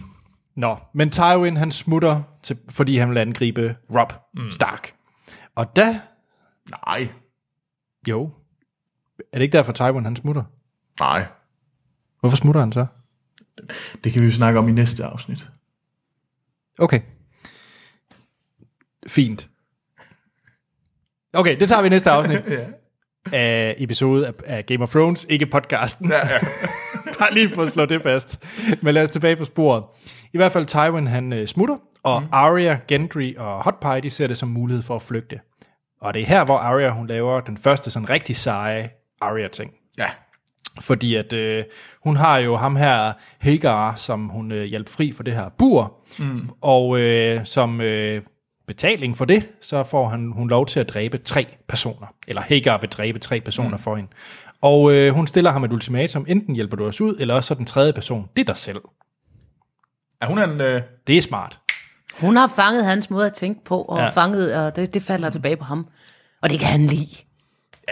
A: nå, men Tywin han smutter, til, fordi han vil angribe Rob mm. Stark. Og da,
B: Nej,
A: jo, er det ikke derfor Tywin han smutter?
B: nej.
A: Hvorfor smutter han så?
B: Det kan vi jo snakke om i næste afsnit.
A: Okay. Fint. Okay, det tager vi i næste afsnit. af episode af, af Game of Thrones, ikke podcasten.
B: Ja, ja.
A: Bare lige for at slå det fast. Men lad os tilbage på sporet. I hvert fald Tywin, han øh, smutter, og mm. Arya, Gendry og Hot Pie, de ser det som mulighed for at flygte. Og det er her, hvor Arya, hun laver den første sådan rigtig seje Arya-ting.
B: ja.
A: Fordi at øh, hun har jo ham her, Hagar, som hun øh, hjalp fri for det her bur. Mm. Og øh, som øh, betaling for det, så får han, hun lov til at dræbe tre personer. Eller Hagar vil dræbe tre personer mm. for hende. Og øh, hun stiller ham et ultimatum. Enten hjælper du os ud, eller også så den tredje person. Det er dig selv.
B: Er hun en... Øh,
A: Det er smart.
C: Hun har fanget hans måde at tænke på, og
A: Ja. Mm.
C: ja. fanget, og det, det falder tilbage på ham. Og det kan han lide.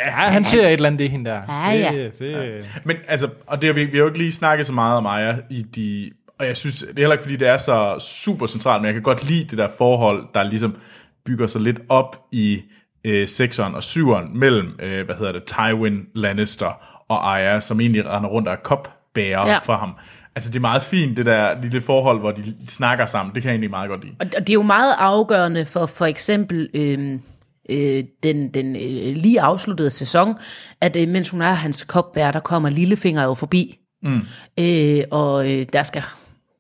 A: Ja, han ser et eller andet i hende der.
C: Ja, ja.
A: Det, det, ja.
B: Men altså, og det har vi, vi har jo ikke lige snakket så meget om Maja i de... Og jeg synes, det er heller ikke, fordi det er så super centralt, men jeg kan godt lide det der forhold, der ligesom bygger sig lidt op i øh, 6'eren og 7'eren mellem, øh, hvad hedder det, Tywin Lannister og Arya, som egentlig render rundt og er kopbærer ja.
C: Ja.
B: for ham. Altså, det er meget fint, det der lille forhold, hvor de snakker sammen. Det kan jeg egentlig meget godt lide.
C: Og og det er jo meget afgørende for for eksempel øhm, øh, den, den øh, lige afsluttede sæson, at øh, mens hun er hans kopbær, der kommer Lillefinger jo forbi. Mm. Øh, og øh, der skal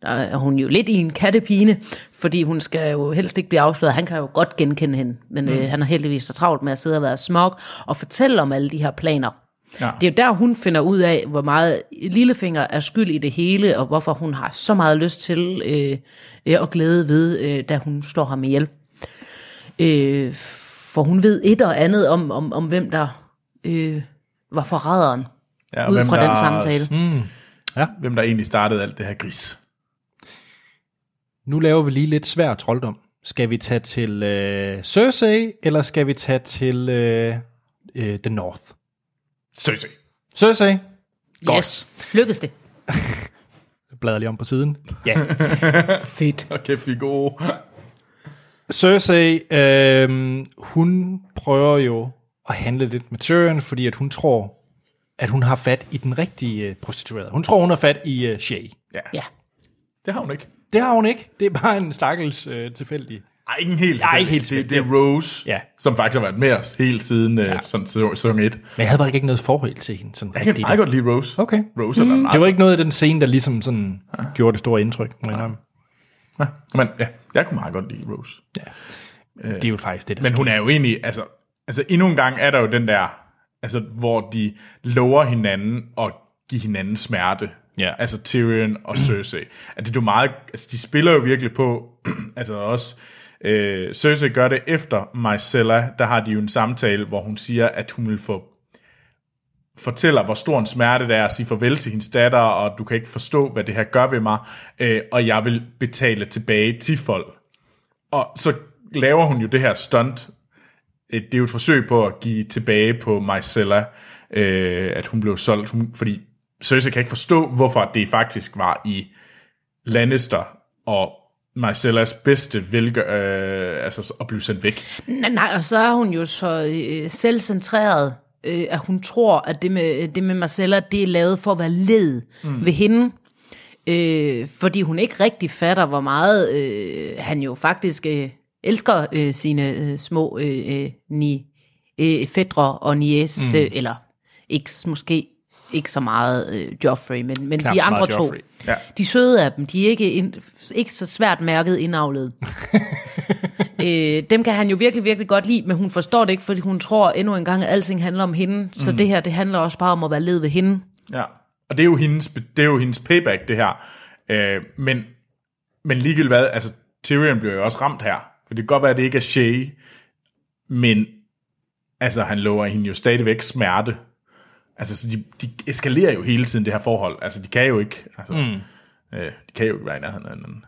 C: der er hun jo lidt i en kattepine, fordi hun skal jo helst ikke blive afsløret. Han kan jo godt genkende hende, men mm. øh, han har heldigvis så travlt med at sidde og være smog og fortælle om alle de her planer.
B: Ja.
C: Det er jo der, hun finder ud af, hvor meget Lillefinger er skyld i det hele, og hvorfor hun har så meget lyst til øh, øh, og glæde ved, øh, da hun slår ham ihjel. Øh, for hun ved et og andet om, om, om hvem der øh, var forræderen,
B: Ja, og
C: ud
B: hvem
C: fra
B: der-
C: den samtale.
A: Mm.
B: Hvem der egentlig startede alt det her gris.
A: Nu laver vi lige lidt svær trolddom. Skal vi tage til øh, Cersei, eller skal vi tage til øh, øh, The North?
B: Søsø.
A: Cersei,
C: Godt. Yes, lykkedes det.
A: bladrer lige om på siden. Ja.
C: Fedt.
B: Okay, vi er gode.
A: Cersei, øh, hun prøver jo at handle lidt med Tyrion, fordi at hun tror, at hun har fat i den rigtige øh, prostituerede. Hun tror, hun har fat i øh, Shay.
C: Ja.
B: Det har hun ikke.
A: Det har hun ikke. Det er bare en stakkels øh, tilfældig.
B: Ej, ikke en helt.
A: Ej, ikke helt
B: det, det er Rose,
A: Ja.
B: som faktisk har været med os hele siden ja. øh, sådan sæson 1.
A: Men jeg havde bare ikke noget forhold til hende. Sådan
B: Jeg kan meget godt lide Rose.
A: Okay.
B: Rose er mm. meget
A: Det var ikke noget af den scene, der ligesom sådan
B: Ah.
A: gjorde det store indtryk. Må jeg indrømme.
B: Ja. Men ja, jeg kunne meget godt lide Rose.
A: Det er jo faktisk det, der
B: Men hun er jo egentlig, altså, altså endnu en gang er der jo den der, altså hvor de lover hinanden og giver hinanden smerte.
A: Ja.
B: Altså Tyrion og Cersei. At det er jo meget, altså de spiller jo virkelig på, altså også, øh, Cersei gør det efter Marcella, der har de jo en samtale, hvor hun siger, at hun vil få fortæller, hvor stor en smerte det er at sige farvel til hendes datter, og du kan ikke forstå, hvad det her gør ved mig, øh, og jeg vil betale tilbage til folk. Og så laver hun jo det her stunt. Øh, Det er jo et forsøg på at give tilbage på Marcella, øh, at hun blev solgt, hun, fordi Cersei kan ikke forstå, hvorfor det faktisk var i Lannister og Marcellas bedste velgør, øh, altså at blive sendt væk.
C: Nej, nej, og så er hun jo så øh, selvcentreret, øh, at hun tror, at det med, det med Marcella, det er lavet for at være led mm. ved hende. Øh, fordi hun ikke rigtig fatter, hvor meget øh, han jo faktisk øh, elsker øh, sine øh, små øh, øh, ni, øh, fædre og niece, mm. øh, eller ikke, s- måske ikke så meget øh, Joffrey, men, men
A: Knap
C: de
A: så meget
C: andre to.
A: Joffrey.
B: Ja.
C: De søde af dem, de er ikke, ind, ikke så svært mærket indavlet. øh, dem kan han jo virkelig, virkelig godt lide, men hun forstår det ikke, fordi hun tror endnu en gang, at alting handler om hende. Så
A: Mm.
C: det her, det handler også bare om at være led ved hende.
B: Ja, og det er jo hendes, det er jo hendes payback, det her. Øh, men, men ligegyldigt hvad, altså Tyrion bliver jo også ramt her. For det kan godt være, at det ikke er Shay, men altså, han lover hende jo stadigvæk smerte. Altså, så de, de eskalerer jo hele tiden det her forhold. Altså, de kan jo ikke, altså, mm. øh, de kan jo ikke være i nærheden af hinanden.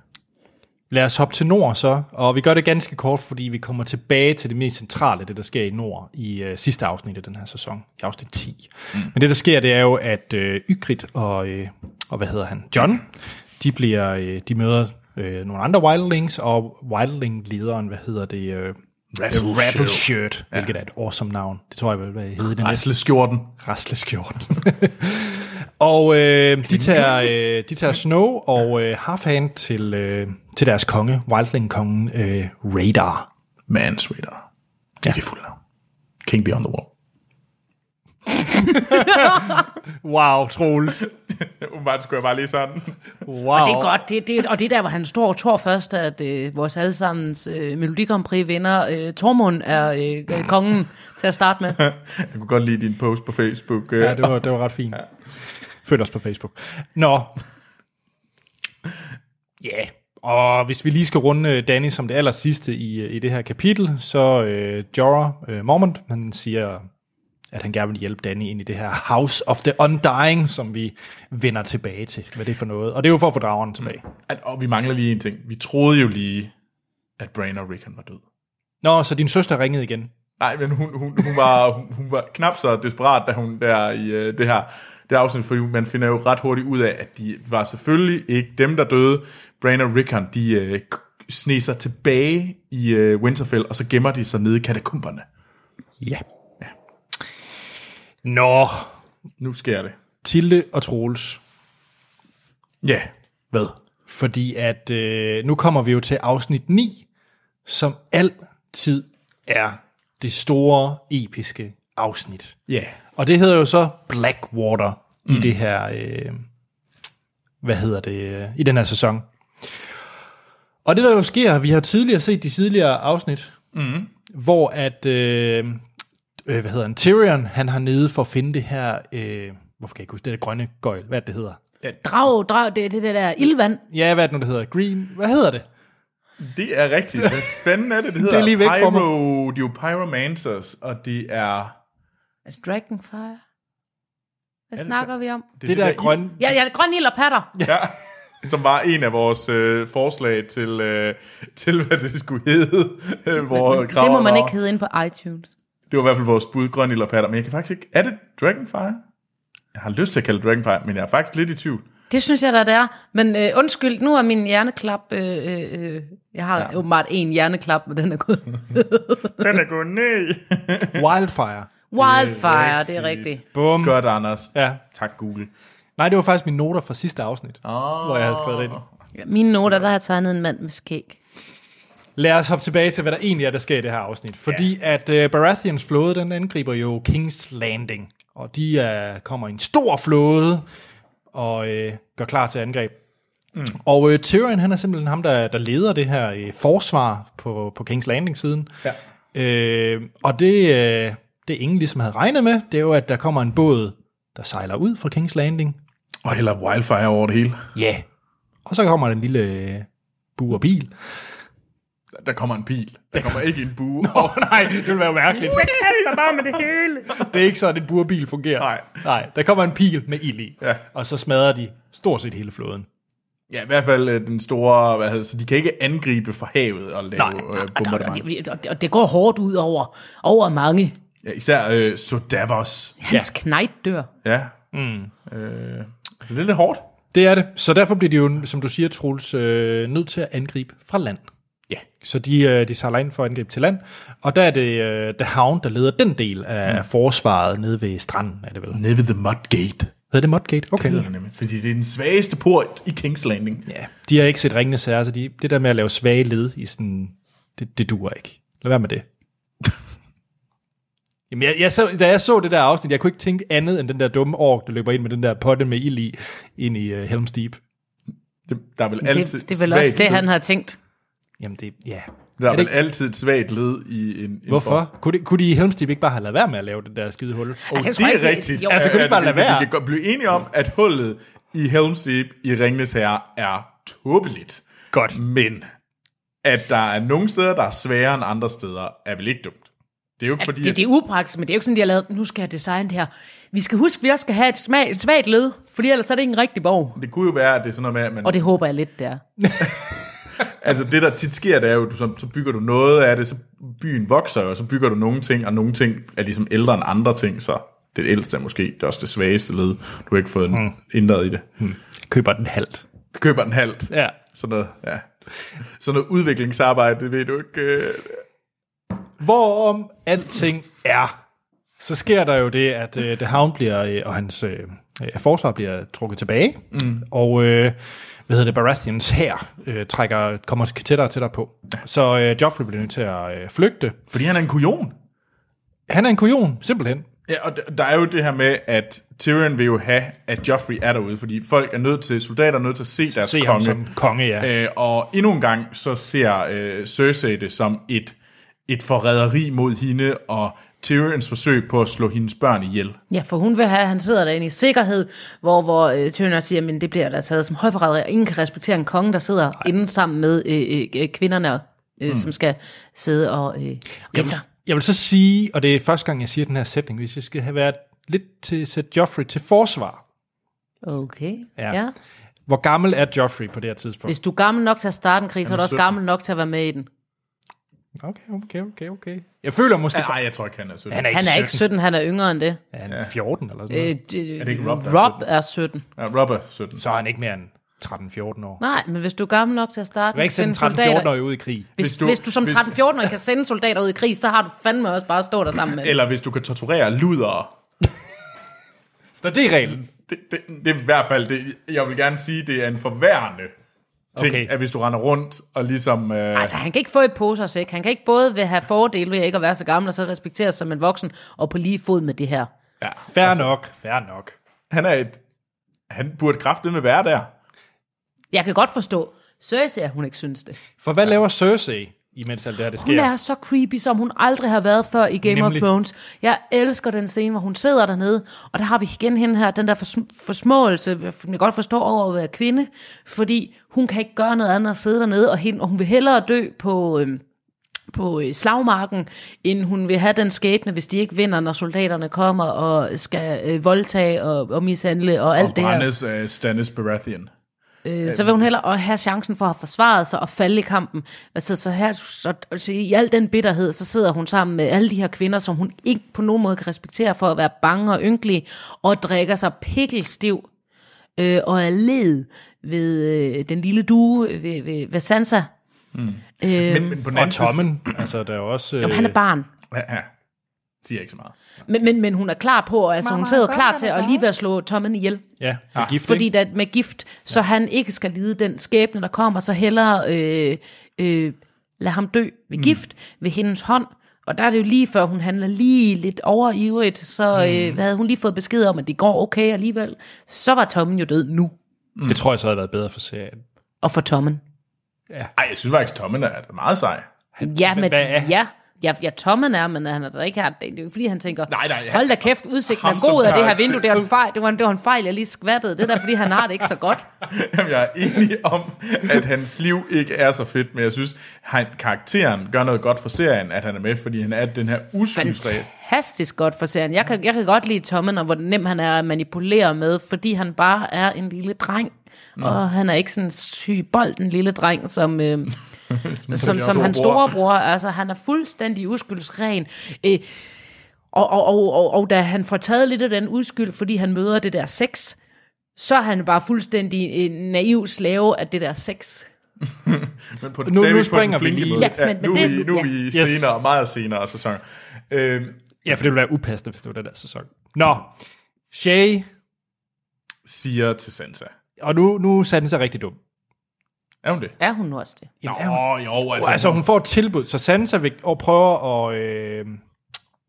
A: Lad os hoppe til nord så, og vi gør det ganske kort, fordi vi kommer tilbage til det mest centrale, det der sker i nord i øh, sidste afsnit af den her sæson, i afsnit 10. Mm. Men det der sker, det er jo, at øh, Ygritte og, øh, og hvad hedder han, John, de bliver, øh, de møder øh, nogle andre wildlings, og wildling-lederen, hvad hedder det, øh, Rattle Shirt, ja. hvilket er et awesome navn. Det tror jeg, hvad hedder det næste
B: Rasleskjorten.
A: rasleskjorten. og øh, de, tager, øh, de tager Snow og øh, Halfhand til, øh, til deres konge, Wildling-kongen øh, Radar.
B: Man's Radar. Det er ja. det fulde navn. King Beyond the Wall.
A: Wow, Troels.
B: Umiddelbart skulle jeg bare lige sådan.
A: Wow.
C: Det er godt, det, det, og det er der, hvor han står og tror først, at øh, vores allesammens øh, Melodi Grand Prix vinder øh, Tormund er øh, kongen til at starte med.
B: Jeg kunne godt lide din post på Facebook. øh.
A: Ja, det var, det var ret fint. Følg os på Facebook. Nå. Ja. Yeah. Og hvis vi lige skal runde øh, Danny som det aller sidste i, øh, i det her kapitel, så øh, Jorah øh, Mormont, han siger, at han gerne vil hjælpe Danny ind i det her House of the Undying, som vi vender tilbage til. Hvad det er for noget. Og det er jo for at få drageren tilbage.
B: At, og vi mangler lige en ting. Vi troede jo lige, at Brain og Rickon var død.
A: Nå, så din søster ringede igen.
B: Nej, men hun, hun, hun, var, hun, hun var knap så desperat, da hun der i øh, det her det her afsnit, fordi man finder jo ret hurtigt ud af, at de var selvfølgelig ikke dem, der døde. Bran og Rickon, de øh, sne sig tilbage i øh, Winterfell, og så gemmer de sig nede i katakomberne.
A: Ja. Nå,
B: Nu sker det.
A: Tilde og Troels.
B: Ja, hvad?
A: Fordi at øh, nu kommer vi jo til afsnit 9, som altid er det store, episke afsnit.
B: Ja.
A: Og det hedder jo så Blackwater mm. i det her, øh, hvad hedder det, øh, i den her sæson. Og det der jo sker, vi har tidligere set de tidligere afsnit, mm. hvor at, øh, øh, hvad hedder han, Tyrion, han har nede for at finde det her, øh, hvorfor kan jeg ikke huske, det der grønne gøjl, hvad er det, det hedder?
C: Drag, drag, det er det der ildvand.
A: Ja, hvad er det nu, det hedder? Green, hvad hedder det?
B: Det er rigtigt. Hvad fanden er det, det hedder?
A: er lige væk fra
B: Pyro,
A: mig.
B: De er jo pyromancers, og de er...
C: Altså Dragonfire. Hvad snakker vi om?
A: Det, det der, der grønne,
C: Ja, ja, grøn ild og patter. Ja.
B: Ja, som var en af vores øh, forslag til, øh, til, hvad det skulle hedde. Øh, hvor
C: Det må
B: graven
C: man
B: var.
C: ikke hedde inde på iTunes.
B: Det var i hvert fald vores bud, grøn eller patter. Men jeg kan faktisk ikke... Er det Dragonfire? Jeg har lyst til at kalde det Dragonfire, men jeg er faktisk lidt i tvivl.
C: Det synes jeg da, det er. Men øh, undskyld, nu er min hjerneklap... Øh, øh, øh, jeg har ja. åbenbart en hjerneklap, men den er gået.
B: Den er gået ned.
A: Wildfire.
C: Wildfire, det er rigtigt.
A: Bum.
B: Godt, Anders.
A: Ja.
B: Tak, Google.
A: Nej, det var faktisk mine noter fra sidste afsnit, oh. hvor jeg havde skrevet det ind.
C: Mine noter, der har jeg tegnet en mand med skæg.
A: Lad os hoppe tilbage til, hvad der egentlig er, der sker i det her afsnit. Fordi at øh, Baratheons flåde, den angriber jo King's Landing. Og de øh, kommer i en stor flåde og øh, gør klar til angreb. Mm. Og øh, Tyrion, han er simpelthen ham, der, der leder det her øh, forsvar på, på King's Landing-siden. Ja. Øh, og det, øh, det ingen ligesom havde regnet med, det er jo, at der kommer en båd, der sejler ud fra King's Landing.
B: Og heller Wildfire over det hele.
A: Ja. Yeah. Og så kommer der en lille øh, bur og bil.
B: Der kommer en pil. Der kommer ikke en bue. Nå,
A: Nej, det ville være mærkeligt. Det kaster bare med det hele. Det er ikke sådan, en burbil fungerer.
B: Nej.
A: Nej, der kommer en pil med ild i,
B: Ja.
A: og så smadrer de stort set hele flåden.
B: Ja, i hvert fald øh, den store, hvad hedder, så de kan ikke angribe fra havet og lave
A: Nej,
B: øh,
C: Og, og,
B: bombardement.
C: og, og, og det går hårdt ud over, over mange.
B: Ja, især øh, Sodavos.
C: Hans ja. knejt dør.
B: Ja. Mm. Øh, så det er lidt hårdt.
A: Det er det. Så derfor bliver de jo, som du siger, Troels, øh, nødt til at angribe fra land.
B: Ja.
A: Så de, øh, de sejler ind for at angribe til land, og der er det øh, The Hound, der leder den del af mm. forsvaret nede ved stranden, er det vel?
B: Nede ved The Mudgate.
A: Hedder det Mudgate? Okay.
B: Hedder det nemlig. Fordi det er den svageste port i King's Landing.
A: Ja, de har ikke set ringende sager, så de, det der med at lave svage led i sådan, det, det duer ikke. Lad være med det. Jamen, jeg, jeg så, da jeg så det der afsnit, jeg kunne ikke tænke andet end den der dumme ork, der løber ind med den der potte med ild i, ind i uh, Helm's Deep.
B: Det, der er vel
C: Det,
B: altid
C: det er vel også
B: svagt
C: det,
B: led.
C: han har tænkt.
A: Jamen, det, ja.
B: Der
A: Er
B: er
A: det
B: vel altid et svagt led i en... en form.
A: Hvorfor? Kunne de, kunne de i Helm's Deep ikke bare have ladet være med at lave det der skide hul?
B: Oh,
C: Altså, jeg
B: det
C: tror
B: er
C: ikke, det-
B: rigtigt.
C: jo. Altså,
A: kunne de
B: At-
A: bare lade
B: at- at
A: være?
B: Vi kan godt blive enige om, at hullet i Helm's Deep i Ringnes Herre er tåbeligt.
A: Godt.
B: Men at der er nogle steder, der er sværere end andre steder, er vel ikke dumt. Det er jo ikke fordi...
C: Det,
B: at-
C: det er upraktisk, men det er jo ikke sådan, de har lavet, nu skal jeg designe det her. Vi skal huske, at vi også skal have et, smag, et svagt led, fordi ellers er det ikke en rigtig borg.
B: Det kunne jo være, at det er sådan noget med, at man,
C: Og det håber jeg lidt, der.
B: altså det der tit sker, det er jo, at du så, så bygger du noget af det, så byen vokser jo, og så bygger du nogle ting, og nogle ting er ligesom ældre end andre ting, så det ældste er måske det er også det svageste led. Du har ikke fået mm. ændret i det. Mm.
A: Køber den halvt.
B: Køber den halvt.
A: Ja.
B: Sådan noget, ja. Sådan noget udviklingsarbejde, det ved du ikke. øh.
A: Hvorom alting er, så sker der jo det, at øh, The Hound bliver, øh, og hans øh, øh, forsvar bliver trukket tilbage, mm. og øh, hvad hedder det, Baratheons her øh, trækker, kommer tættere og tættere på. Så øh, Joffrey bliver nødt til at øh, flygte.
B: Fordi han er en kujon.
A: Han er en kujon, simpelthen.
B: Ja, og d- der er jo det her med, at Tyrion vil jo have, at Joffrey er derude, fordi folk er nødt til, soldater er nødt til at se deres
A: Se ham
B: konge.
A: som konge, ja.
B: Øh, og endnu en gang, så ser øh, Cersei det som et, et forræderi mod hende, og Tyrions forsøg på at slå hendes børn ihjel.
C: Ja, for hun vil have, at han sidder derinde i sikkerhed, hvor, hvor øh, Tønder siger, men det bliver da taget som højforræderi, og ingen kan respektere en konge, der sidder inde sammen med øh, øh, øh, kvinderne, øh, mm. som skal sidde og øh,
A: Jeg,
C: ritter.
A: vil- jeg vil så sige, og det er første gang, jeg siger den her sætning, hvis jeg skal have været lidt til at sætte Joffrey til forsvar.
C: Okay,
A: Ja.
C: ja. ja.
A: Hvor gammel er Joffrey på det her tidspunkt?
C: Hvis du er gammel nok til at starte en krig, så er du også
B: 17.
C: gammel nok til at være med i den.
A: Okay, okay, okay, okay. Jeg føler måske...
B: Nej, jeg tror ikke, han er sødt.
A: han er ikke,
C: Han er ikke 17, han er yngre end det.
A: Er han 14 eller sådan
C: Øh,
A: noget?
C: d-
B: Er det ikke Rob, der er
C: Rob er 17.
B: Ja, Rob er 17.
A: Så er han ikke mere end 13-14 år.
C: Nej, men hvis du er gammel nok til at starte...
A: Du kan ikke sende 13-14 år ud i krig.
B: Hvis
C: Hvis, hvis,
B: du-
C: du, hvis du som
B: hvis-
C: 13-14-årig kan sende soldater ud i krig, så har du fandme også bare at stå der sammen med dem.
B: Eller hvis du kan torturere ludere.
A: Så det er reglen.
B: Det, det, det er i hvert fald, det, jeg vil gerne sige, det er en forværende ting, okay.
A: Okay.
B: at hvis du render rundt og ligesom... Øh,
C: Altså, han kan ikke få et pose og sæk. Han kan ikke både vil have fordele ved ikke at være så gammel, og så respekteres som en voksen, og på lige fod med det her.
B: ja,
A: Fair nok, fair nok.
B: han er et... Han burde kraftedeme være der.
C: Jeg kan godt forstå, Cersei, at hun ikke synes det.
A: For hvad laver Cersei, imens alt det her det
C: Hun
A: sker?
C: er så creepy, som hun aldrig har været før i Game
A: Nemlig.
C: of Thrones. Jeg elsker den scene, hvor hun sidder dernede, og der har vi igen hende her, den der forsm- forsmåelse, jeg kan godt forstå over at være kvinde, fordi hun kan ikke gøre noget andet end at sidde dernede, og, hende, og hun vil hellere dø på... Øhm, på øh, slagmarken, end hun vil have den skæbne, hvis de ikke vinder, når soldaterne kommer og skal øh, voldtage og, og mishandle og alt
B: Og
C: det her.
B: Brandes øh, Stannis Baratheon.
C: Øh, så vil hun hellere at have chancen for at have forsvaret sig og falde i kampen. Altså, så her, så, så i al den bitterhed, så sidder hun sammen med alle de her kvinder, som hun ikke på nogen måde kan respektere for at være bange og ynkelige, og drikker sig pikkelstiv øh, og er led ved øh, den lille due, øh, ved, ved, ved Sansa.
B: Men, men på den
A: Og
B: anden side...
A: Tommen, altså der er også...
C: Jamen, han er barn.
B: Ja, ja. Siger ikke så meget.
C: Men, men, men hun er klar på, altså hun sidder jo klar til at lige ved at slå Tommen ihjel.
A: Ja, med gift,
C: fordi
A: ikke?
C: der, med gift, så han ikke skal lide den skæbne, der kommer, så hellere øh, øh, lad ham dø
B: Mm.
C: ved gift, ved hendes hånd. Og der er det jo lige før, hun handler lige lidt overivrigt, så
B: Mm.
C: øh, havde hun lige fået besked om, at det går okay alligevel. Så var Tommen jo død nu,
A: Det tror jeg så havde været bedre for serien.
C: og for Tommen.
B: Ej, jeg synes faktisk, Tommen er meget sej.
C: Ja, men,
A: hvad er-
C: ja, ja, ja, Tommen er, men han er der ikke her. Det er jo ikke, fordi han tænker,
B: Nej, nej,
C: hold da kæft, udsigten
B: ham,
C: er
B: som
C: god af det
B: har-
C: her vindue. Det var en fejl, det var en, det var en fejl jeg lige skvattede. Det er da, fordi han har det ikke så godt.
B: Jamen, jeg er enig om, at hans liv ikke er så fedt, men jeg synes, han, karakteren gør noget godt for serien, at han er med, fordi han er den her usynsrede.
C: fantastisk godt for serien. Jeg kan, jeg kan godt lide Tommen, og hvor nem han er at manipulere med, fordi han bare er en lille dreng. Mm. Og han er ikke sådan en syg bold, en lille dreng, som, øh, som, som, som hans
B: storebror.
C: storebror. Altså, han er fuldstændig uskyldsren. Øh, og, og, og, og, og da han får taget lidt af den uskyld, fordi han møder det der sex, så er han bare fuldstændig en naiv slave af det der sex.
B: Men på
A: Nu-
B: stadigvæk
A: nu
B: på
A: springer vi
B: flinke
A: lige.
B: måde.
C: Ja, men- men
B: nu, er
C: det-
B: vi, nu er
C: ja.
B: vi i
A: Yes.
B: senere, meget senere sæsoner. Øhm,
A: Ja, for det ville være upassende, hvis det var den der sæson. Nå, Shay,
B: siger til Sansa.
A: og nu, nu satte den sig rigtig dum.
B: Er hun det?
C: Er hun nu også det?
B: Nå,
A: er
B: jo, altså,
A: Altså, altså hun får et tilbud, så Sansa vil, og prøver at... Øh,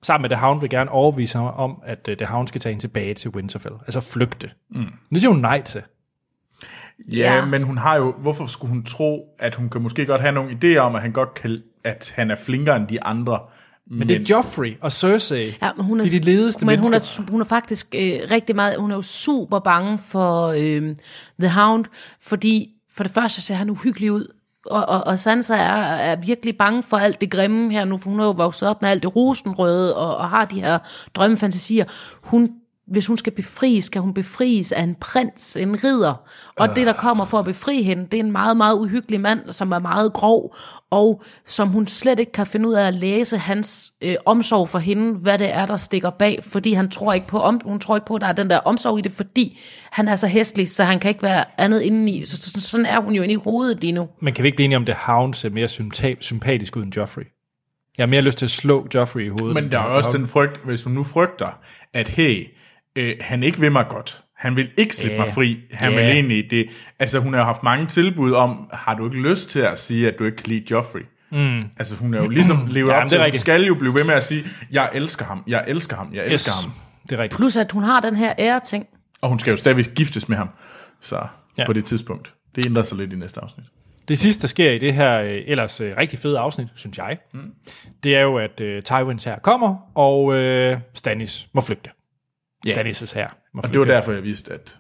A: sammen med The Hound vil gerne overvise ham om, at øh, The Hound skal tage hende tilbage til Winterfell. Altså flygte. Mm. Det siger hun nej til.
B: Ja,
C: Ja.
B: men hun har jo... Hvorfor skulle hun tro, at hun kan måske godt have nogle idéer om, at han godt kan, at han er flinkere end de andre? Men,
A: Det er Joffrey og Cersei.
C: Ja, men hun er,
A: de er de ledeste
C: men hun er,
A: mennesker.
C: su- hun er faktisk øh, rigtig meget, hun er jo super bange for øh, The Hound, fordi for det første ser han uhyggelig ud, og, og, og Sansa er, er virkelig bange for alt det grimme her nu, for hun er jo vokset op med alt det rosenrøde, og, og har de her drømmefantasier. Hun, hvis hun skal befries, skal hun befries af en prins, en ridder, og det, der kommer for at befri hende, det er en meget, meget uhyggelig mand, som er meget grov, og som hun slet ikke kan finde ud af at læse hans øh, omsorg for hende, hvad det er, der stikker bag, fordi han tror ikke på, om, hun tror ikke på, at der er den der omsorg i det, fordi han er så hæslig, så han kan ikke være andet indeni. Så, så, så sådan er hun jo inde i hovedet lige nu.
A: Men kan vi ikke blive enige om, at The Hound ser mere sympa- sympatisk ud end Joffrey? Jeg har mere lyst til at slå Joffrey i hovedet.
B: Men
A: end
B: der er
A: The
B: også
A: Hound.
B: den frygt, hvis hun nu frygter, at hey, øh, han ikke vil mig godt. Han vil ikke slippe yeah. mig fri. Han yeah.
A: Ja.
B: vil egentlig det. Altså, hun har jo haft mange tilbud om, har du ikke lyst til at sige, at du ikke kan lide Joffrey? Mm. Altså, hun er jo ligesom levet
A: Ja,
B: ja,
A: men
B: op
A: det
B: til,
A: er
B: hun
A: rigtigt.
B: skal jo blive ved med at sige, jeg elsker ham, jeg elsker ham, jeg elsker yes. ham.
A: Det er rigtigt.
C: Plus at hun har den her ære-ting.
B: Og hun skal jo stadigvæk giftes med ham. Så ja.
A: Ja.
B: på det tidspunkt. Det ændrer sig lidt i næste afsnit.
A: Det sidste, der sker i det her øh, ellers øh, rigtig fede afsnit, synes jeg, mm. det er jo, at øh, Tywins her kommer, og øh, Stannis må flygte. Yeah. Stannis' her må
B: Og det var derfor, jeg vidste, at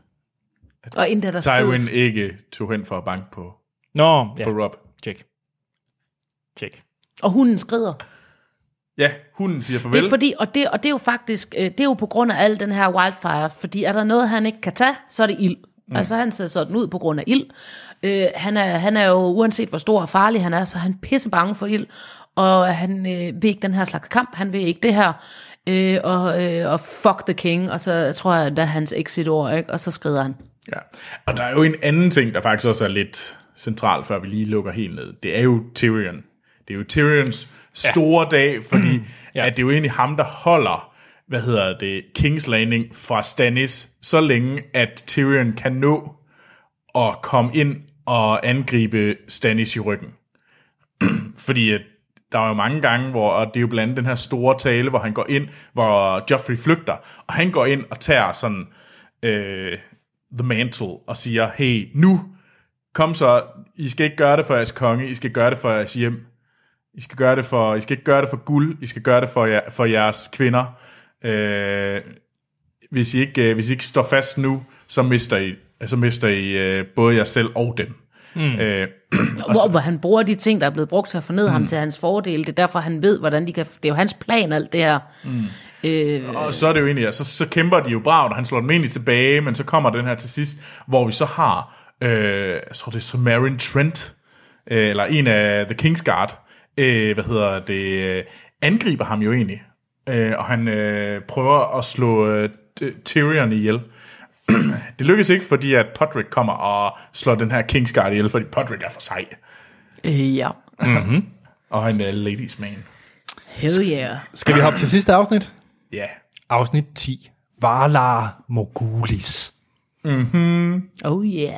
C: Og inden der, der skrides.
B: Tywin ikke tog hen for at banke på,
A: Nå, ja,
B: på Rob.
A: tjek. Tjek.
C: Og hunden skrider.
B: Ja, hunden siger farvel.
C: Det er fordi, og det, og det er jo faktisk, øh, det er jo på grund af al den her wildfire, fordi er der noget, han ikke kan tage, så er det ild. Mm. Altså han ser sådan ud på grund af ild. Øh, han, er, han er jo, uanset hvor stor og farlig han er, så er han pisse bange for ild. og han øh, vil ikke den her slags kamp, han vil ikke det her, øh, og, øh, og fuck the king, og så tror jeg, der er hans exit-ord, ikke? og så skrider han.
B: Ja. Og der er jo en anden ting, der faktisk også er lidt central, før vi lige lukker helt ned. Det er jo Tyrion. Det er jo Tyrions store ja. dag, fordi ja. at det er jo egentlig ham, der holder hvad hedder det, Kings Landing fra Stannis, så længe at Tyrion kan nå at komme ind og angribe Stannis i ryggen. fordi at der er jo mange gange, hvor og det er jo blandt andet den her store tale, hvor han går ind, hvor Joffrey flygter, og han går ind og tager sådan øh, the mantle og siger, hey, nu, kom så, I skal ikke gøre det for jeres konge, I skal gøre det for jeres hjem, I skal, gøre det for, I skal ikke gøre det for guld, I skal gøre det for, jer, for jeres kvinder. Øh, hvis, I ikke, øh, hvis I ikke står fast nu, så mister I, så mister I øh, både jer selv og dem. Mm. Øh,
C: Og hvor, hvor han bruger de ting, der er blevet brugt til at fornede mm. ham til hans fordel. Det er derfor, han ved, hvordan de kan... Det er jo hans plan, alt det her. Mm. Øh,
B: Og så er det jo egentlig, ja, så, så kæmper de jo bravt, og han slår dem egentlig tilbage, men så kommer den her til sidst, hvor vi så har, øh, jeg tror det er Samarin Trent, øh, eller en af The King's Guard, øh, hvad hedder det, øh, angriber ham jo egentlig, øh, og han øh, prøver at slå øh, T- Tyrion ihjel. det lykkes ikke, fordi at Podrick kommer og slår den her King's Guard ihjel, fordi Podrick er for sej,
C: øh, ja.
B: og han er ladies man.
C: Hell yeah.
A: Skal vi hoppe til sidste afsnit?
B: Ja. Yeah.
A: Afsnit 10. Valar Morgulis.
C: Oh yeah.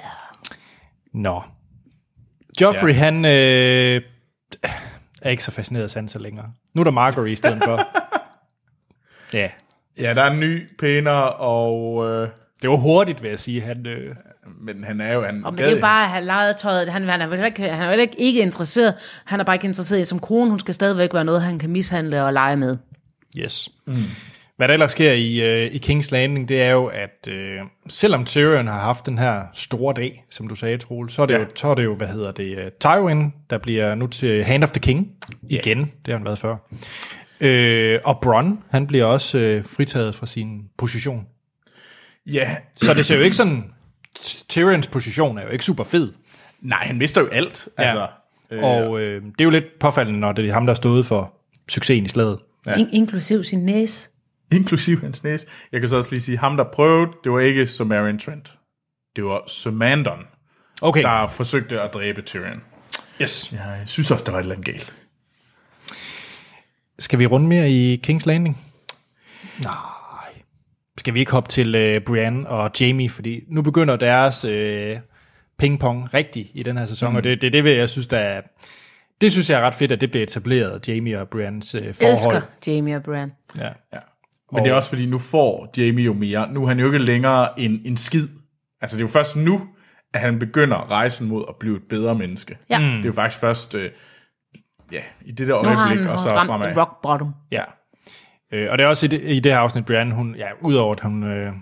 A: Nå. Joffrey,
B: Ja.
A: ja. han øh, er ikke så fascineret af Sansa længere. Nu er der Margaery i stedet for. ja,
B: Ja, der er en ny, pænere, og... Øh,
A: det var hurtigt, vil jeg sige. Han, øh,
B: men han er jo... Han
C: Og
B: gad
C: men det er jo
B: ikke.
C: bare at have lejet tøjet. Han, han er vel ikke, han er vel ikke, ikke interesseret. Han er bare ikke interesseret i, som kone, hun skal stadigvæk være noget, han kan mishandle og lege med.
A: Yes. Mm. Hvad der ellers sker i, øh, i King's Landing, det er jo, at øh, selvom Tyrion har haft den her store dag, som du sagde, Troel, så er det,
B: Ja.
A: ja. jo, så er det jo, hvad hedder det, øh, Tywin, der bliver nu til Hand of the King igen. Det har han været før. Øh, og Bronn, han bliver også øh, fritaget fra sin position.
B: Ja,
A: Så det ser jo ikke sådan... Tyrions position er jo ikke super fed.
B: nej, han mister jo alt. Altså,
A: Øh, og øh, det er jo lidt påfaldende, når det er ham, der stod for succesen i slaget.
C: Ja. In- inklusiv sin næse.
B: inklusiv hans næse. Jeg kan så også lige sige, ham der prøvede, det var ikke Samarian Trent. Det var Samandon,
A: Okay.
B: der forsøgte at dræbe Tyrion.
A: Yes.
B: Ja, jeg synes også, der var et eller andet galt.
A: Skal vi runde mere i King's Landing? Nej. Skal vi ikke hoppe til øh, Brienne og Jamie, fordi nu begynder deres øh, pingpong rigtig i den her sæson, mm. og det, det, det vil jeg synes, der er, det synes jeg er ret fedt, at det bliver etableret, Jamie og Briennes øh, forhold.
C: Elsker Jamie og Bran.
A: Ja.
B: Ja. Men og... det er også fordi, nu får Jamie jo mere. Nu er han jo ikke længere en, en skid. Altså, det er jo først nu, at han begynder rejsen mod at blive et bedre menneske.
C: Ja. Mm.
B: Det er jo faktisk først øh, ja, i det der
C: Nu har han
B: øjeblik, og så
C: ramt
B: fremad.
C: rock bottom.
A: Ja. Øh, og det er også i det, i det her afsnit, Brienne, hun, ja, udover at hun, øh,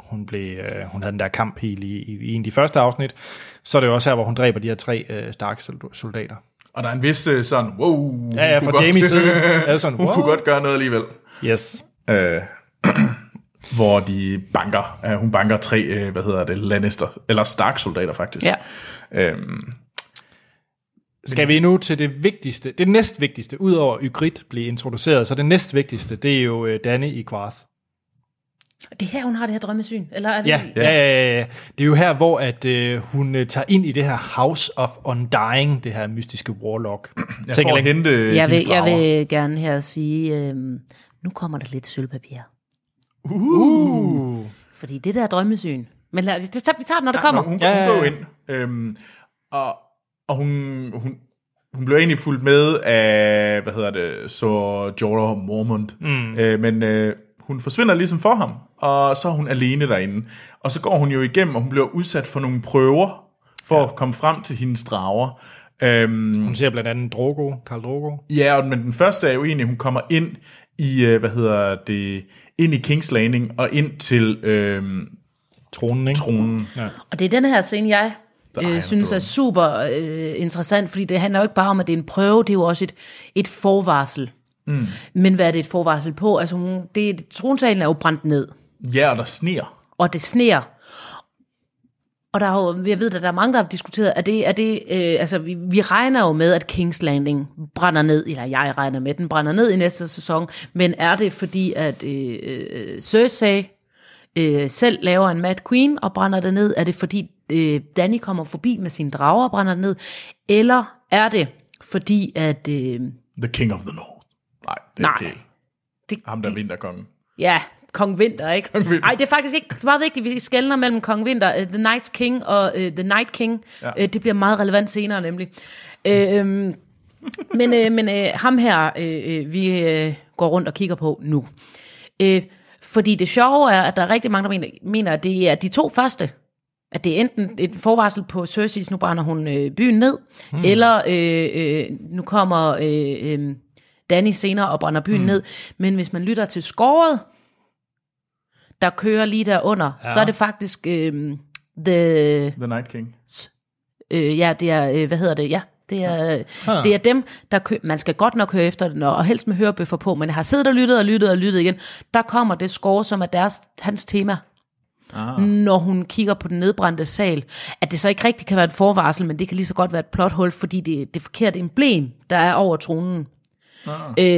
A: hun, blev, øh, hun havde den der kamp helt i, i, i en af de første afsnit, så er det jo også her, hvor hun dræber de her tre øh, Stark-soldater.
B: Og der er en vis øh, sådan, wow.
A: Ja, ja,
B: hun
A: fra
B: kunne
A: Jamies
B: godt-
A: side er det sådan,
B: Hun
A: wow.
B: kunne godt gøre noget alligevel.
A: Yes.
B: Øh, hvor de banker, øh, hun banker tre, øh, hvad hedder det, Lannister, eller Stark-soldater faktisk.
C: Ja.
B: Øhm,
A: Skal vi nu til det vigtigste, det næstvigtigste, udover Ygritte blev introduceret, så det næstvigtigste, det er jo øh, Danny i Quarth.
C: Det er her, hun har det her drømmesyn. Eller er vi...
A: Ja, ja. ja, ja. det er jo her, hvor at, øh, hun øh, tager ind i det her House of Undying, det her mystiske warlock.
B: jeg får at
A: længe-
B: hente øh,
C: Jeg vil,
B: hendes
C: jeg
B: drager.
C: vil gerne her sige, øhm, nu kommer der lidt sølvpapir.
A: Uh.
C: Fordi det der er drømmesyn. Men lad, det, det, vi tager det, når det kommer.
B: Nå, hun,
A: Ja, ja,
B: ja, hun går jo
A: ja.
B: ind, øhm, og, og hun, hun, hun blev egentlig fuldt med af, hvad hedder det, så Jorah Mormont, mm. øh, men øh, hun forsvinder ligesom for ham, og så er hun alene derinde. Og så går hun jo igennem, og hun bliver udsat for nogle prøver, for ja. at komme frem til hendes drager. Øhm,
A: Hun ser blandt andet Drogo, Karl Drogo.
B: Ja, og- men den første er jo egentlig, hun kommer ind i, øh, hvad hedder det, ind i Kings Landing og ind til øh,
A: Tronen, ikke?
B: tronen. Ja.
C: Og det er den her scene, jeg
B: han er
C: øh, synes er
B: dum.
C: super øh, interessant, fordi det handler jo ikke bare om, at det er en prøve, det er jo også et, et forvarsel. Mm. Men hvad er det et forvarsel på? Altså, hun, det, tronsalen er jo brændt ned,
B: ja, og der sneer.
C: og det sneer. Og der er jo, jeg ved, at der er mange, der har diskuteret, er det, er det øh, altså vi, vi regner jo med, at Kings Landing brænder ned, eller jeg regner med, at den brænder ned i næste sæson, men er det fordi, at øh, øh, Cersei øh, selv laver en Mad Queen og brænder det ned? Er det fordi, øh, Danny kommer forbi med sine drager og brænder det ned? Eller er det fordi, at... Øh,
B: The King of the North. Nej, det er
C: Nej.
B: Nej. ikke
C: det,
B: ham, der er vinterkongen.
C: Ja, Kong Vinter, ikke?
B: Vinter.
C: Nej, det er faktisk ikke det er meget vigtigt, vi skældner mellem Kong Vinter, uh, The Night King og uh, The Night King. Ja.
B: Ja.
C: Uh, det bliver meget relevant senere, nemlig. Uh, um, men uh, men uh, ham her, uh, vi uh, går rundt og kigger på nu. Uh, fordi det sjove er, at der er rigtig mange, der mener, mener at det er de to første, at det er enten et forvarsel på Cersei's, nu brænder hun øh, byen ned,
B: Hmm.
C: mm. eller øh, øh, nu kommer øh, øh, Danny senere og brænder
B: Hmm.
C: byen mm. ned. Men hvis man lytter til skåret, der kører lige derunder, ja. så er det faktisk øh, the
B: The Night King.
C: Øh, ja, det er, øh, hvad hedder det, ja. Det er, det er dem, der kø- man skal godt nok høre efter den, og og helst med hørebøffer på, men jeg har siddet og lyttet og lyttet og lyttet igen. Der kommer det score, som er deres, hans tema, ah. når hun kigger på den nedbrændte sal. At det så ikke rigtig kan være et forvarsel, men det kan lige så godt være et plothul, fordi det, det er forkert emblem, der er over tronen. Ah.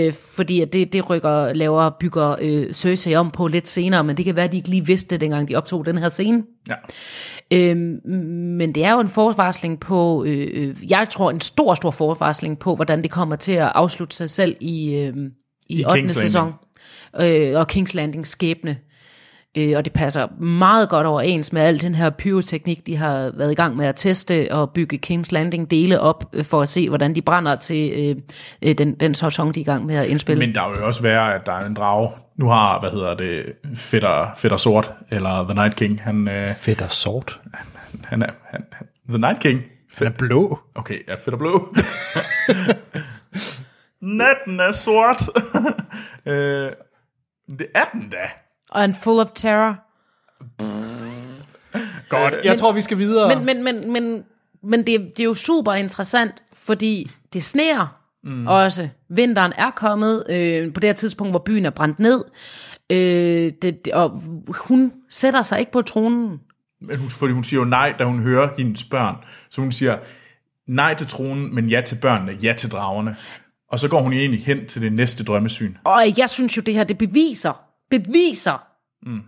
C: Øh, fordi at det, det rykker, laver, bygger øh, Cersei om på lidt senere, men det kan være, at de ikke lige vidste det, dengang de optog den her scene.
B: Ja.
C: Øhm, men det er jo en forvarsling på, øh, øh, jeg tror en stor, stor forvarsling på, hvordan det kommer til at afslutte sig selv i, øh, i,
B: I
C: I 8.
B: King's
C: sæson. Øh, og Kings Landing skæbne. Øh, og det passer meget godt overens med al den her pyroteknik, de har været i gang med at teste og bygge Kings Landing dele op, øh, for at se, hvordan de brænder til øh, øh, den, den sæson, de er i gang med at indspille.
B: Men der vil jo også være, at der er en drage. Nu har, hvad hedder det, Fætter, Fætter Sort, eller The Night King. Han, øh,
A: Fedt og sort.
B: han er, han, han, The Night King.
A: Den er blå.
B: Okay, ja, Fætter Blå. Natten er sort. øh, det er den da.
C: And full of terror.
A: Godt.
B: Øh,
A: Jeg tror, vi skal videre.
C: Men, men, men, men, men det, det er jo super interessant, fordi det sneer mm. også. Vinteren er kommet øh, på det her tidspunkt, hvor byen er brændt ned. Øh, det, det- og hun sætter sig ikke på tronen.
B: Men hun, fordi hun siger jo nej, da hun hører hendes børn. Så hun siger nej til tronen, men ja til børnene, ja til dragerne. Og så går hun egentlig hen til det næste drømmesyn.
C: Og jeg synes jo, det her, det beviser, beviser, mm.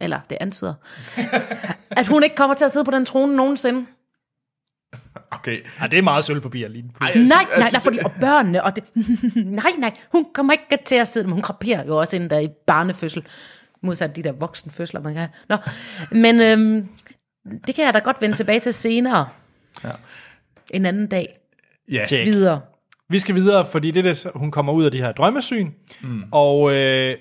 C: eller det antyder, at hun ikke kommer til at sidde på den trone nogensinde.
B: Okay,
A: Ja, det er meget sølvpapir lige. Ej,
B: jeg
C: Nej,
B: synes- jeg
C: nej, nej,
B: synes-
C: fordi, og børnene, og det, nej, nej, hun kommer ikke til at sidde, men hun kraperer jo også inden der i barnefødsel, modsat de der voksenfødsler, man kan have. Nå, men øhm, det kan jeg da godt vende tilbage til senere. Ja. En anden dag.
B: Ja,
A: Check.
C: Videre.
A: Vi skal videre, fordi det er det, hun kommer ud af de her drømmesyn, mm. og øh,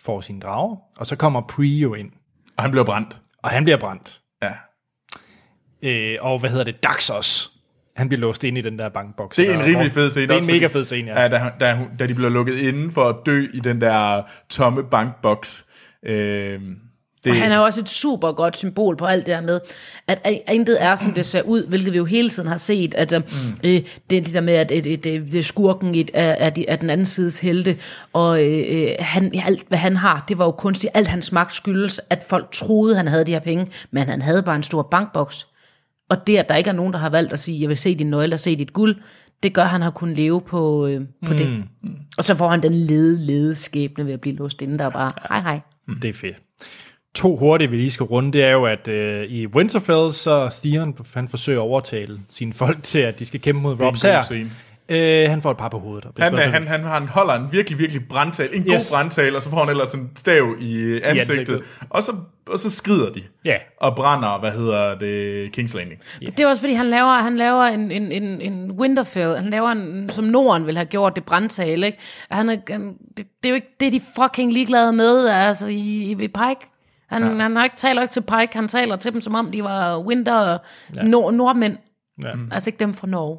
A: får sine drager, og så kommer Pri jo ind,
B: og han bliver brændt.
A: og han bliver brændt.
B: Ja.
A: Øh, og hvad hedder det? Daxos. Han bliver låst ind i den der bankboks.
B: Det er en
A: Der,
B: rimelig
A: hvor-
B: fed scene.
A: Det er en
B: også
A: mega
B: fordi-
A: fed scene, ja.
B: ja da, da, hun- da de bliver lukket inden for at dø i den der tomme bankboks. Øh, det,
C: Og han er jo også et super godt symbol på alt det der med, at at intet er, som det ser ud, hvilket vi jo hele tiden har set, at mm. øh, det, det der med, at et, et, et, det skurken et, er, er, de, er den anden sides helte, og øh, øh, han, ja, alt, hvad han har, det var jo kunstigt. Alt hans magt skyldes, at folk troede, han havde de her penge, men han havde bare en stor bankboks. Og det, at der ikke er nogen, der har valgt at sige, jeg vil se din nøgle og se dit guld, det gør, at han har kunnet leve på, øh, på mm. det. Og så får han den lede, lede skæbne ved at blive låst inden der og bare, hej hej.
A: Det er fedt. To hurtige, vi lige skal runde, det er jo, at øh, i Winterfell, så Theon, han forsøger at overtale sine folk til, at de skal kæmpe mod Robs
B: god
A: her.
B: scene.
A: Øh, han får et par på hovedet. og bliver
B: han,
A: slået
B: han,
A: ned.
B: han, han, han holder en virkelig, virkelig brandtale. En
A: Yes.
B: yes. god brandtale, og så får han ellers en stav i øh, ansigtet.
A: ansigtet.
B: Og, så, og så skrider de.
A: Ja.
B: Og brænder, hvad hedder det, Kings Landing.
C: Det er også fordi, han laver, han laver en, en, en, en Winterfell, han laver en, som Norden ville have gjort, det brandtale, ikke? Han er, han, det, det, er jo ikke det, er de fucking ligeglade med, altså i, i, i Pike. Han, ja. han har ikke, taler ikke til Pike, han taler til dem, som om de var winter ja. nord, nordmænd.
A: Ja.
C: Ja. Altså ikke dem fra Norge.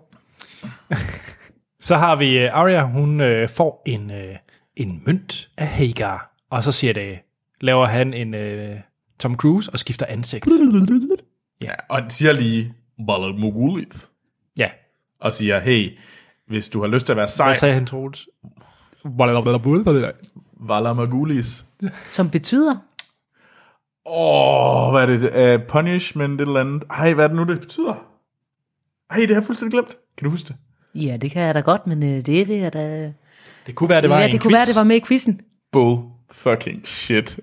A: Så har vi øh, Arya, hun øh, får en, øh, en mønt af Hagar, og så siger det, laver han en øh, Tom Cruise og skifter ansigt.
B: Ja, og han siger lige, Baller Mugulit.
A: Ja,
B: Og siger, hey, hvis du har lyst til at være sej,
A: hvad sagde han, Troels? Blablabla.
B: Valar Magulis.
C: Som betyder,
B: Åh, oh, hvad er det? Uh, punishment, et eller andet. Ej, hvad er det nu, det betyder? Ej, det har jeg fuldstændig glemt. Kan du huske det?
C: Ja, det kan jeg da godt, men øh, det vil jeg da... Det,
A: Det kunne være, det var
C: ja,
A: en
C: det
A: det
C: kunne
A: quiz.
C: være, det var med i quizzen.
B: Bull fucking shit.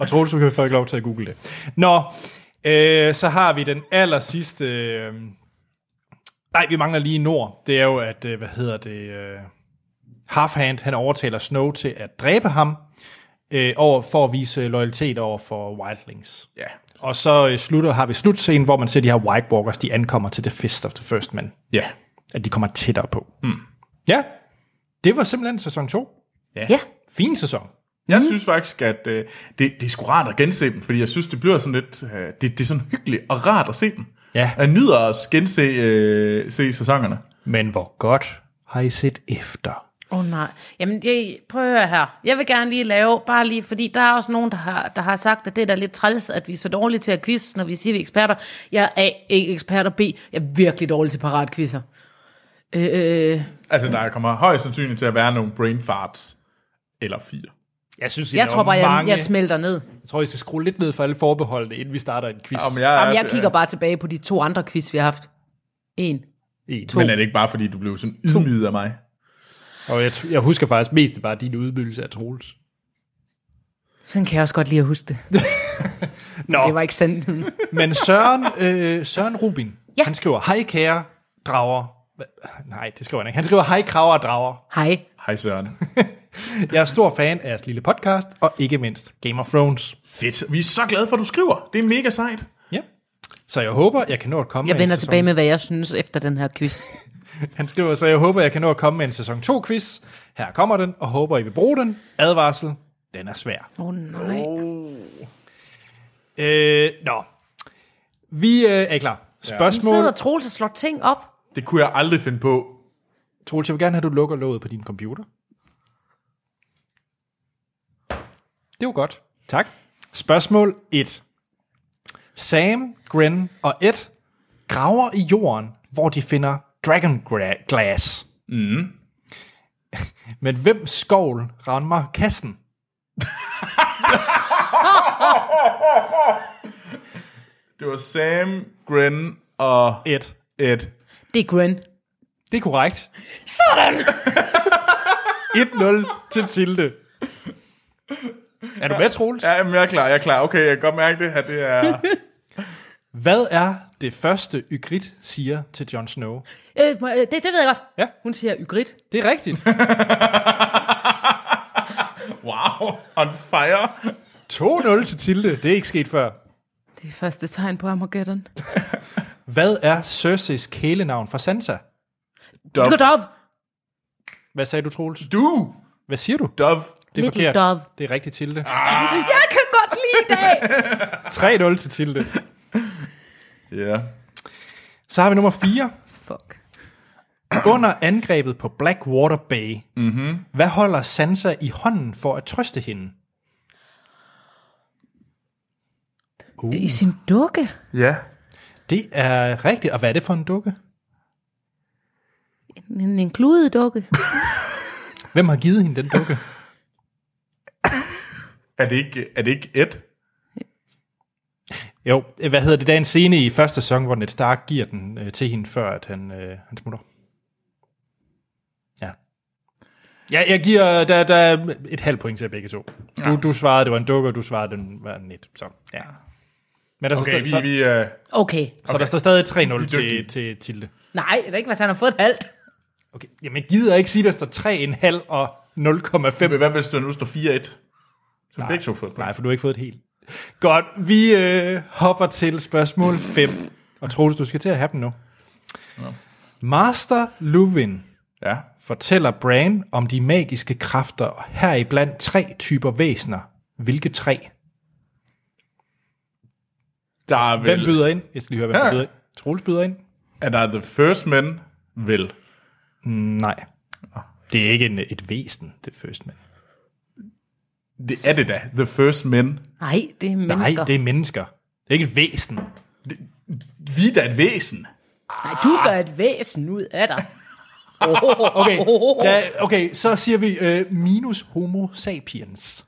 A: Og Troels, du kan få lov til at google det. Nå, øh, så har vi den aller sidste... Øh, nej, vi mangler lige Nord. Det er jo, at, øh, hvad hedder det... Øh, Halfhand, han overtaler Snow til at dræbe ham, øh, over, for at vise loyalitet over for Wildlings.
B: Ja.
A: Og så øh, slutter, har vi slutscenen, hvor man ser de her White Walkers, de ankommer til The Fist of the First Man.
B: Ja.
A: At de kommer tættere på. Mm. Ja, det var simpelthen sæson 2.
C: Ja,
A: Fin sæson.
B: Jeg synes faktisk, at øh, det, det er sgu rart at gense dem, fordi jeg synes, det bliver sådan lidt, øh, det, det er sådan hyggeligt og rart at se dem.
A: Ja.
B: Jeg nyder at gense øh, se sæsonerne.
A: Men hvor godt har I set efter?
C: Åh oh, nej. Jamen, jeg, prøv at høre her. Jeg vil gerne lige lave, bare lige, fordi der er også nogen, der har, der har sagt, at det er da lidt træls, at vi er så dårlige til at quiz, når vi siger, vi er eksperter. Jeg er A, ikke eksperter B. Jeg er virkelig dårlig til paratquizzer. Øh, øh,
B: Altså, der kommer højst sandsynligt til at være nogle brain farts. Eller fire.
A: Jeg synes, I
C: jeg tror bare, jeg,
A: mange...
C: jeg smelter ned.
A: Jeg tror, I skal skrue lidt ned for alle forbeholdene, inden vi starter en quiz.
B: Jamen, jeg, øh,
C: Jamen, jeg kigger bare tilbage på de to andre quiz, vi har haft. En.
A: En.
B: Men er det ikke bare, fordi du blev sådan ydmyget af mig?
A: Og jeg, t- jeg husker faktisk mest det bare din udmyldelse af Troels.
C: Sådan kan jeg også godt lide at huske det.
A: Nå,
C: Det var ikke sandheden.
A: men Søren, øh, Søren Rubin,
C: Ja.
A: han skriver, hej kære drager. Hva? Nej, det skriver han ikke. Han skriver, hej kraver og drager.
C: Hej.
B: Hej Søren.
A: Jeg er stor fan af jeres lille podcast, og ikke mindst Game of Thrones.
B: Fedt. Vi er så glade for, at du skriver. Det er mega sejt.
A: Ja. Så jeg håber, jeg kan nå at komme
C: Jeg
A: med en
C: vender
A: sæson
C: tilbage med, hvad jeg synes efter den her quiz.
A: Han skriver, så jeg håber, jeg kan nå at komme med en sæson 2-quiz. Her kommer den, og håber, I vil bruge den. Advarsel, den er svær.
C: Åh oh, nej.
A: Øh, nå. Vi øh, er I klar. Spørgsmål.
C: Sidder Troels og slår ting op.
B: Det kunne jeg aldrig finde på.
A: Troels, jeg vil gerne have, at du lukker låget på din computer. Det var godt. Tak. Spørgsmål 1. Sam, Gren og Ed graver i jorden, hvor de finder dragon gra- glass. Mm. Men hvem skovl rammer kassen?
B: Det var Sam, Gren og
A: Ed.
B: Ed.
C: Det er Grin.
A: Det er korrekt.
C: Sådan!
A: 1-0 til Tilde. Er du med, Troels?
B: Ja, jamen, jeg er klar, jeg er klar. Okay, jeg kan godt mærke det her. Det er...
A: Hvad er det første, Ygritte siger til Jon Snow?
C: Øh, må- øh, det, det ved jeg godt.
A: Ja.
C: Hun siger Ygrit.
A: Det er rigtigt.
B: wow, on fire.
A: 2-0 til Tilde. Det er ikke sket før.
C: Det er første tegn på Armageddon.
A: Hvad er Cersei's kælenavn for Sansa?
B: Dove.
C: Little Dove.
A: Hvad sagde du, Troels?
B: Du,
A: Hvad siger du?
B: Dove.
A: Det er
C: Little
A: forkert.
C: Dove.
A: Det er rigtigt, Tilde.
C: Ah. Jeg kan godt lide i dag.
A: 3-0 til Tilde.
B: Ja. Yeah.
A: Så har vi nummer 4.
C: Fuck.
A: Under angrebet på Blackwater Bay, mm-hmm. hvad holder Sansa i hånden for at trøste hende?
C: I sin dukke.
B: Ja.
A: Det er rigtigt. Og hvad er det for en dukke?
C: En, en kludet dukke.
A: Hvem har givet hende den dukke?
B: Er det ikke, er det ikke Ed?
A: Jo, hvad hedder det? Der er en scene i første sæson, hvor Ned Stark giver den øh, til hende, før at han, øh, han smutter. Ja. Ja, jeg giver der, der er et halvt point til jer begge to. Du, ja. du svarede, det var en dukke, og du svarede, den var en net. Så, ja. Men der, okay,
B: Okay,
A: så, så,
B: vi, vi, uh,
C: Okay.
A: så der står stadig 3-0
B: dygtige.
A: til, til Tilde.
C: Nej, det er ikke, hvis han har fået et halvt.
A: Okay, jamen jeg gider ikke sige, der står 3,5 og 0,5.
B: hvad hvis der nu står 4-1? Så begge to fået
A: Nej, for du har ikke fået et helt. Godt, vi øh, hopper til spørgsmål 5. Og Troels, du skal til at have den nu. Master Luvin
B: Ja.
A: fortæller Bran om de magiske kræfter, og heriblandt tre typer væsener. Hvilke tre?
B: Der er
A: Hvem
B: vel,
A: byder ind? Jeg skal lige høre, hvem der
B: Ja.
A: byder ind. Troels byder ind?
B: er der The First Men? Vel.
A: Nej. Det er ikke en, et væsen, det første mand.
B: Det er det da. The First Men.
C: Nej, det er
A: Nej,
C: mennesker.
A: det er mennesker. Det er ikke et væsen.
B: Vi er da et væsen.
C: Nej, du gør et væsen ud af dig. Oh,
A: Okay, da, okay så siger vi øh, minus homo sapiens.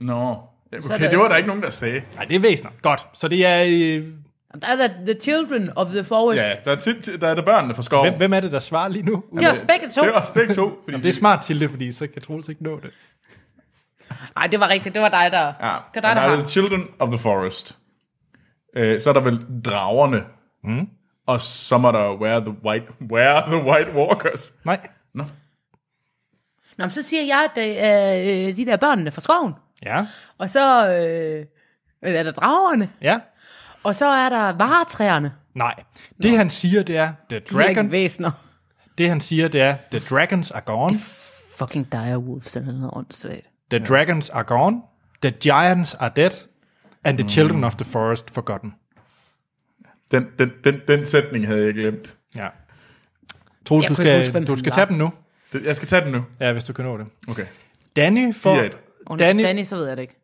B: Nå. Ja,
C: Så er altså-
B: Okay,
C: der
B: det var
C: også-
B: der ikke nogen, der sagde.
A: Nej, det er væsener. Godt. Så det er... Øh,
C: Der er da The Children of the Forest.
B: Ja, Altså, der er, tit, der er der børnene fra skoven.
A: hvem, hvem er det, der svarer lige nu?
C: Det er også begge to.
B: Det er også begge to. Fordi
A: Jamen, Oh. det er smart til det, fordi så kan Troels ikke nå det.
C: Nej, det var rigtigt. Det var dig, der...
B: Ja,
C: Det var dig, der
B: er
C: har.
B: The Children of the Forest. Øh, så er der vel dragerne. Mm. Og så må der Where the White, where the white Walkers.
A: Nej.
B: Nå.
C: Nå, men så siger jeg, at det er øh, de der børnene fra skoven.
A: Ja.
C: Og så øh, er der dragerne.
A: Ja.
C: Og så er der varetræerne.
A: Nej. Det han siger, det er, the
C: De er ikke
A: dragon,
C: væsener.
A: det han siger, det er, the dragons are gone.
C: Fucking direwolves, den hedder åndssvagt.
A: The dragons are gone. The giants are dead. And the children of the forest forgotten.
B: Den, den, den, den sætning havde jeg glemt.
A: Ja. Troels,
C: Jeg
A: du
C: kunne ikke huske,
A: skal,
C: hvem
A: du
C: han
A: skal
C: var.
A: tage dem nu.
B: Det- Jeg skal tage den nu.
A: Ja, hvis du kan nå det.
B: Okay.
A: Danny får,
B: Fire et.
C: Oh,
A: Danny,
C: Danny... Danny, så ved jeg det ikke.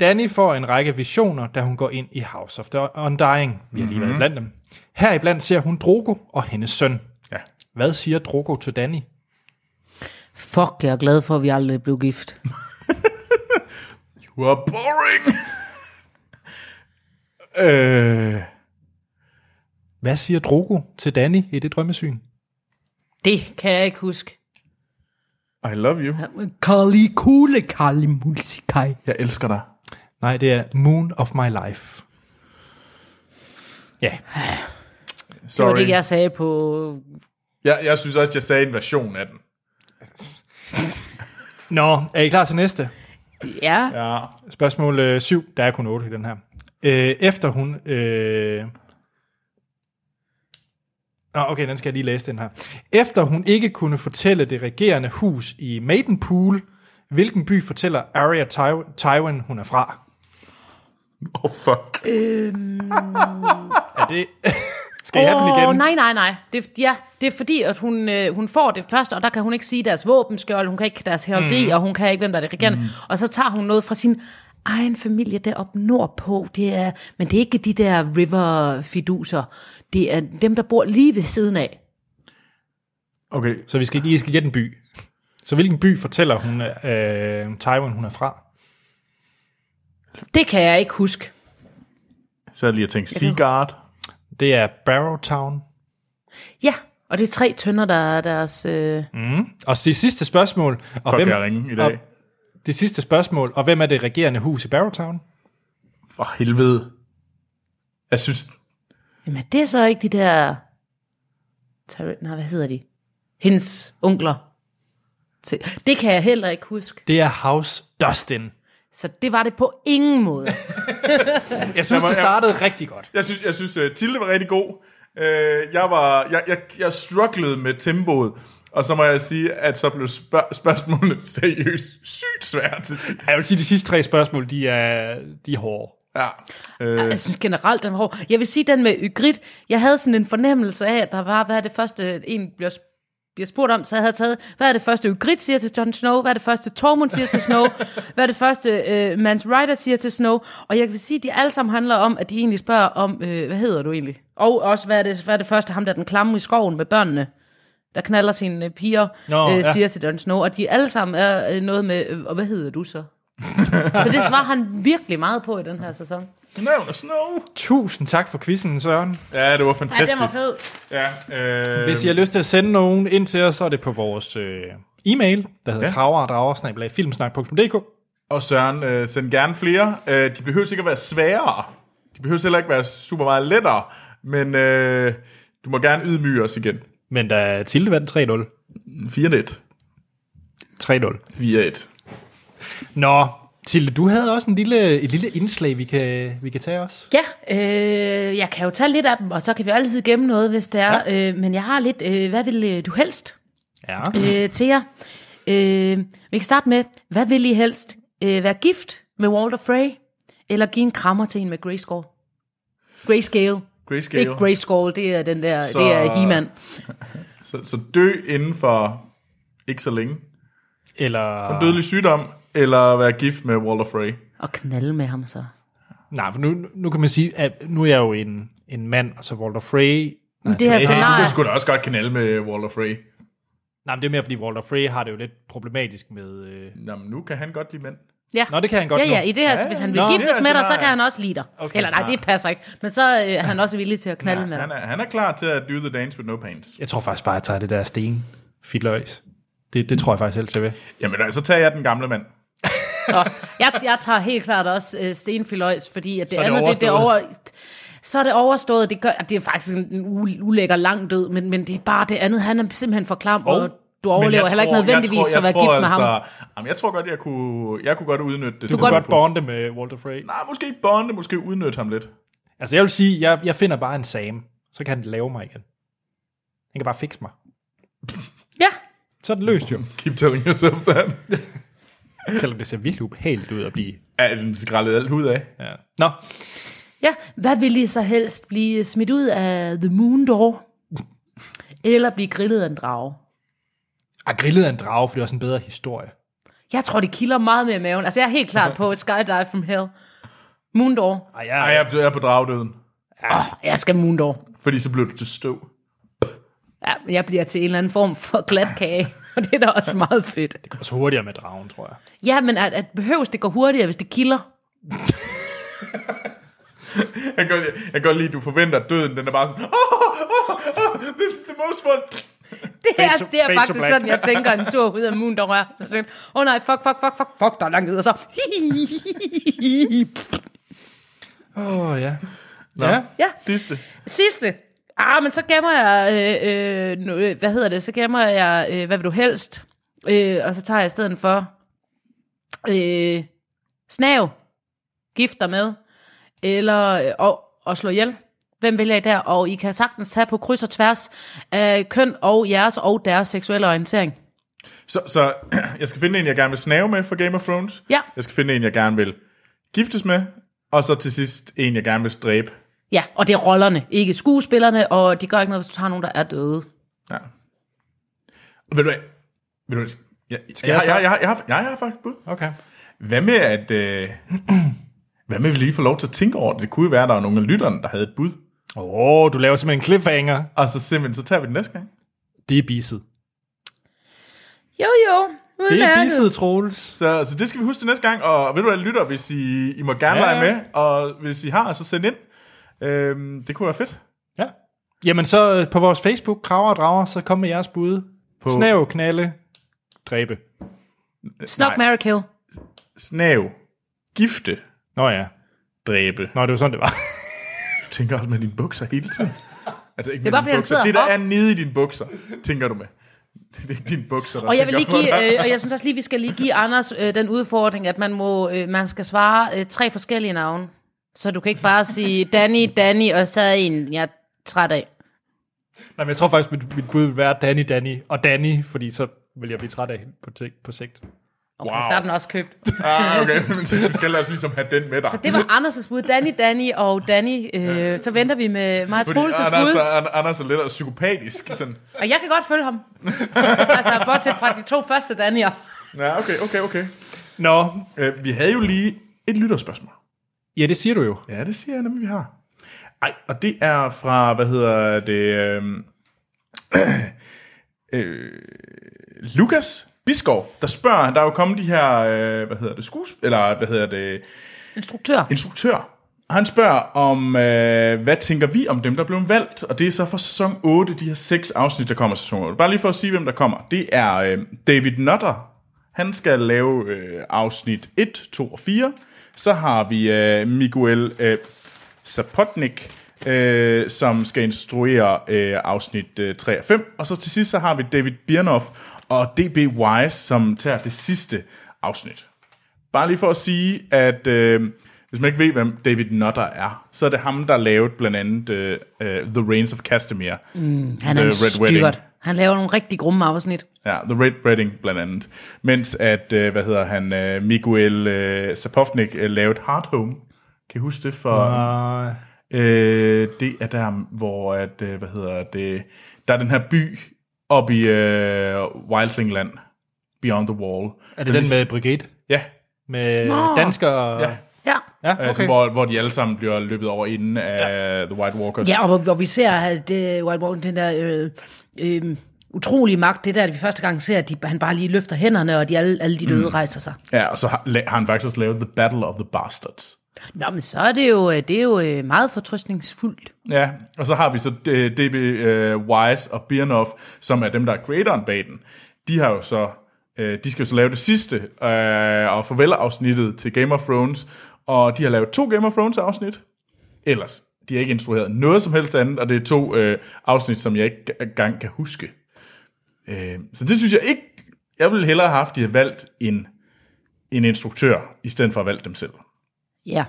A: Danny får en række visioner, da hun går ind i House of the Undying. Vi har lige været blandt dem. Heriblandt ser hun Drogo og hendes søn.
B: Ja.
A: Hvad siger Drogo til Danny?
C: Fuck, jeg er glad for, at vi aldrig blev gift.
B: You are boring! øh,
A: Hvad siger Drogo til Danny i det drømmesyn?
C: Det kan jeg ikke huske.
B: I love you.
C: Kali Kule Kali Mulsikai.
B: Jeg elsker dig.
A: Nej, det er Moon of My Life. Ja,
C: Det
B: Sorry.
C: var det, jeg sagde på...
B: jeg, jeg synes også, jeg sagde en version af den.
A: Nå, er I klar til næste?
C: Ja, ja.
B: Ja.
A: Spørgsmål øh, 7. Der er kun 8 i den her. Øh, efter hun... Øh... Nå, okay, den skal jeg lige læse den her. Efter hun ikke kunne fortælle det regerende hus i Maidenpool, hvilken by fortæller Arya Ty- Tywin, hun er fra?
B: Oh, fuck.
A: Er det... skal jeg have den igen?
C: nej, nej, nej. Det, er- ja, det er fordi, at hun, øh, hun får det først, og der kan hun ikke sige deres våbenskjold, hun kan ikke deres heralderi, mm. og hun kan ikke, hvem der er det regerende. Mm. Og så tager hun noget fra sin egen familie deroppe nordpå. Det er, men det er ikke de der river fiduser. Det er dem, der bor lige ved siden af. Øh.
B: Okay,
A: Så vi skal, ikke- I skal gætte en by. Så hvilken by fortæller hun øh, Tywin, hun er fra?
C: Det kan jeg ikke huske.
B: så er det lige at tænke Seaguard.
A: Det er Barrowtown.
C: Ja, og det er tre tønder, der er deres... Øh,
A: Og det sidste spørgsmål. Og
B: Fuck, jeg ringe i dag.
A: Og, det sidste spørgsmål, og hvem er det regerende hus i Barrowtown?
B: For helvede. Jeg synes,
C: Jamen er det er så ikke de der... Tar- Nej, hvad hedder de? Hendes onkler. Til- Det kan jeg heller ikke huske.
A: Det er House Dustin.
C: Så det var det på ingen måde.
A: Jeg synes,
B: var-
A: det startede rigtig godt.
B: jeg synes, jeg synes uh, Tilde var rigtig god. Uh, jeg, var, jeg, jeg, jeg strugglede med tempoet. Og så må jeg sige, at så blev spørg- spørgsmålene seriøst sygt svært til sidst.
A: Jeg vil sige, de sidste tre spørgsmål, de er, de er hårde.
B: Ja.
C: Øh. Jeg synes generelt, den var hård. Jeg vil sige, den med Ygrit, jeg havde sådan en fornemmelse af, at der var, hvad er det første, en bliver, sp- bliver spurgt om, så jeg havde taget, hvad er det første, Ygrit siger til Jon Snow, hvad er det første, Tormund siger til Snow, hvad er det første, øh, Mans Rider siger til Snow, og jeg vil sige, at de alle sammen handler om, at de egentlig spørger om, øh, hvad hedder du egentlig? Og også, hvad er det, hvad er det første, ham der er den klamme i skoven med børnene? der knaller sine øh, piger,
A: Nå,
C: Nå, øh,
A: ja.
C: siger til Jon Snow, og de alle sammen er øh, noget med, øh, og hvad hedder du så? så det svarer han virkelig meget på i den her sæson.
B: Nævn og snow.
A: Tusind tak for quizzen, Søren.
B: Ja, det var
C: Ja,
B: fantastisk.
C: den var fed.
B: Ja, øh,
A: Hvis I har lyst til at sende nogen ind til os, så er det på vores øh, e-mail, der hedder
B: Ja.
A: ja. kraverdrager-filmsnak.dk.
B: Og Søren, øh, send gerne flere. Øh, de behøver ikke at være sværere. De behøver heller ikke være super meget lettere. Men øh, du må gerne ydmyge os igen.
A: Men der er Tilde vandt 3-0.
B: 4-1.
A: 3-0.
B: 4-1.
A: Nå, Tilde, du havde også en lille, et lille indslag, vi kan, vi kan tage os.
C: Ja, øh, jeg kan jo tage lidt af dem, og så kan vi altid gemme noget, hvis det er. Ja. Øh, men jeg har lidt, øh, hvad vil øh, du helst
A: Ja.
C: øh, til jer? Øh, vi kan starte med, hvad vil I helst? Øh, være gift med Walter Frey, eller give en krammer til en med grayscale? Grayscale. Det er
B: Grayscale.
C: ikke grayscale, det er den der,
B: Så-
C: så... det er He-Man.
B: Så, så dø inden for ikke så længe.
A: Eller...
B: Dødelig sygdom, eller være gift med Walter Frey.
C: Og knalde med ham så.
A: Nej, for nu, nu kan man sige, at nu er jeg jo en, en mand, og så Walter Frey... Nej,
C: det er
A: så-
C: altså-
B: Du
C: Nej.
B: kan sgu da også godt kanale med Walter Frey.
A: Nej, men det er mere, fordi Walter Frey har det jo lidt problematisk med... Øh,
B: Jamen, nu kan han godt lide mænd.
C: Ja.
A: Nå, det kan han godt
C: ja, ja,
A: nu.
C: i det her, ja, ja. hvis han vil
A: Nå,
B: det er
C: giftes med dig,
B: altså-
C: så kan han også lide dig.
A: Okay.
C: Okay. Eller nej, det passer ikke. Men så øh, er han også villig til at knalde
B: Han
C: med dig.
B: er, han er klar til at do the dance with no pants.
A: Jeg tror faktisk bare, at jeg tager det der sten fitløjs. Det, det tror jeg faktisk selv til ved.
B: Jamen, øh, så tager jeg den gamle mand.
C: Og jeg, jeg tager helt klart også øh, stenfiløjs, fordi at det,
B: Så er det
C: andet, det, det er over...
B: overstået.
C: Så er det overstået. Det, gør, det er faktisk en u- ulækker lang død, men, men det er bare det andet. Han er simpelthen for klam, og, og du
B: Men
C: overlever
B: jeg
C: heller ikke
B: tror-
C: nødvendigvis
B: jeg tror-
C: at være
B: jeg
C: gift
B: tror
C: med ham.
B: altså- Jamen, jeg tror godt, jeg kunne, jeg kunne godt udnytte det.
A: Du kan godt bonde med Walter Frey.
B: Nej, måske ikke bonde, måske udnytte ham lidt.
A: Altså, jeg vil sige, jeg, jeg finder bare en Sam. Så kan han lave mig igen. Han kan bare fikse mig.
C: Ja,
A: Så er det løst jo.
B: Keep telling yourself that.
A: Selvom det ser virkelig ubehageligt ud at blive.
B: Ja, den skrællede alt hud af.
A: Ja. Nå,
C: ja. Hvad vil I så helst? Blive smidt ud af The Moon Door? Eller blive grillet af en drage?
A: og grillet af en drage, for det er også en bedre historie.
C: Jeg tror, det kilder meget mere i maven. Altså, jeg er helt klart på Skydive from Hell. Moondor.
A: Ej,
B: Ej,
A: jeg,
B: jeg er- jeg er på dragdøden.
C: Jeg skal Moondor.
B: Fordi så blev du til støv.
C: Ja, men jeg bliver til en eller anden form for glat kage. Og det er da også meget fedt.
A: det går også hurtigere med dragen, tror jeg.
C: Ja, men at, at behøves det går hurtigere, hvis det kilder.
B: Jeg kan, godt, jeg kan godt lide, at du forventer, at døden den er bare sådan, oh, oh, oh, this is the most fun.
C: Det
A: Face to-
C: er, det er
A: face to
C: faktisk
A: black.
C: sådan, jeg tænker en tur ud af Moondor. er. Så sådan, Åh oh, nej, fuck, fuck, fuck, fuck, fuck, der er langt ud. Og så...
A: Åh, oh, ja.
B: Nå,
A: Ja.
C: Ja.
B: Sidste.
C: Sidste. Ah, men så gemmer jeg, øh, øh, nu, øh, hvad hedder det, så gemmer jeg, øh, hvad vil du helst? Øh, og så tager jeg i stedet for, øh, snav, gift dig med, eller øh, og, og slå ihjel. Hvem vil jeg der? Og I kan sagtens tage på kryds og tværs af køn og jeres og deres seksuelle orientering.
B: Så, så jeg skal finde en, jeg gerne vil snave med for Game of Thrones.
C: Ja.
B: Jeg skal finde en, jeg gerne vil giftes med. Og så til sidst en, jeg gerne vil dræbe.
C: Ja, og det er rollerne, ikke skuespillerne, og de gør ikke noget, hvis du tager nogen, der er døde.
B: Ja. Og Ved du hvad? Ved du hvad? Jeg, jeg, jeg,
A: jeg
B: har- jeg,
A: starte?
B: jeg, har- jeg, har, jeg har faktisk et bud.
A: Okay.
B: Hvad med at... Øh, hvad med at vi lige får lov til at tænke over det? Det kunne jo være, at der var nogle af lytterne, der havde et bud.
A: Åh, oh, du laver simpelthen en cliffhanger.
B: Og så simpelthen, så tager vi den næste gang.
A: Det er biset.
C: Jo, jo.
A: Det er
C: udmærket.
A: biset, Troels.
B: Så, så det skal vi huske til næste gang, og ved du hvad, lytter, hvis I, I må gerne
A: Ja,
B: ja.
A: ja.
B: lege med, og hvis I har, så send ind. Øhm, det kunne være fedt.
A: Ja. Jamen så øh, på vores Facebook, Kraver og Drager, så kom med jeres bud. På... Snæv, knalde, dræbe.
C: Snok, Mary Kill.
B: Snav, gifte,
A: Nå ja.
B: dræbe.
A: Nå, det var sådan, det var.
B: Du tænker også med dine bukser hele tiden. Altså ikke
C: er
B: det
C: bare,
B: med
C: fordi han
B: dine bukser.
C: sidder
B: Det, der
C: op.
B: er nede i dine bukser, tænker du med. Det er ikke dine bukser, der
C: Og jeg, vil lige
B: tænker for
C: give,
B: dig.
C: øh, og jeg synes også lige, vi skal lige give Anders øh, den udfordring, at man, må, øh, man skal svare øh, tre forskellige navne. Så du kan ikke bare sige Danny, Danny, og så en, jeg er træt af.
A: Nej, men jeg tror faktisk, mit, mit bud vil være Danny, Danny og Danny, fordi så vil jeg blive træt af hende på, tæ- på sigt.
C: Okay,
B: Wow.
C: wow. så er den også købt.
B: Ah, okay, men så skal jeg altså ligesom have den med dig.
C: Så det var Anders' bud. Danny, Danny og Danny. Øh, så venter vi med Maja
B: Fordi
C: Troelses
B: Anders,
C: bud.
B: er, Anders er lidt af psykopatisk. Sådan.
C: Og jeg kan godt følge ham. altså, bortset fra de to første Danier.
B: Ja, okay, okay, okay.
A: Nå,
B: Øh, vi havde jo lige et lytterspørgsmål.
A: ja, det siger du jo.
B: Ja, det siger jeg nemlig, vi har. Ej, og det er fra, hvad hedder det, øh, øh, Lukas Biskov, der spørger, der er jo kommet de her, øh, hvad hedder det, skues, eller hvad hedder det,
C: Instruktør.
B: instruktører. Og Han spørger om, øh, hvad tænker vi om dem, der blev valgt? Og det er så fra sæson 8, de her seks afsnit, der kommer i sæson 8. Bare lige for at sige, hvem der kommer. Det er øh, David Nutter. Han skal lave øh, afsnit 1, 2 og 4. Så har vi øh, Miguel øh, Zapotnik, øh, som skal instruere øh, afsnit øh, 3 og 5. Og så til sidst så har vi David Birnoff og DB Wise, som tager det sidste afsnit. Bare lige for at sige, at øh, hvis man ikke ved, hvem David Nutter er, så er det ham, der lavede blandt andet øh, øh, The Reigns of Castamere.
A: Mm.
C: Han
B: The
C: er
B: øh,
C: en
B: Red
C: styrt.
B: Wedding.
C: Han laver nogle rigtig grumme afsnit.
B: Ja, The Red Wedding blandt andet. Mens at, øh, hvad hedder han, øh, Miguel øh, Sapovnik øh, lavede Hard Home. Kan I huske det? For,
A: Uh,
B: øh, det er der, hvor at, øh, hvad hedder det, der er den her by oppe i øh, Wildlingland, Beyond the Wall.
A: er det den med Brigitte?
B: Ja,
A: Med Øh,
C: Nå.
A: danskere?
B: Ja.
C: Ja.
A: ja
B: okay. altså, hvor, hvor de alle sammen bliver løbet over inden af The White Walkers.
C: Ja, og hvor, hvor vi ser, at øh, White Walker, den der øh, øh, utrolig magt, det der, at vi første gang ser, at de, han bare lige løfter hænderne, og de alle, alle de døde mm. rejser sig.
B: Ja, og så har, la- har han faktisk også lavet The Battle of the Bastards.
C: Nå, men så er det jo, øh, det er jo øh, meget fortrystningsfuldt.
B: Ja, og så har vi så øh, DB øh, Wise og Birnoff, som er dem, der er creatoren bag den. De har jo så, øh, de skal jo så lave det sidste øh, og farvel-afsnittet til Game of Thrones, og de har lavet to Game of Thrones-afsnit. Ellers, de har ikke instrueret noget som helst andet, og det er to øh, afsnit, som jeg ikke engang kan huske. Øh, så det synes jeg ikke, jeg ville hellere have haft, at de havde valgt en, en instruktør, i stedet for at have valgt dem selv.
C: Ja.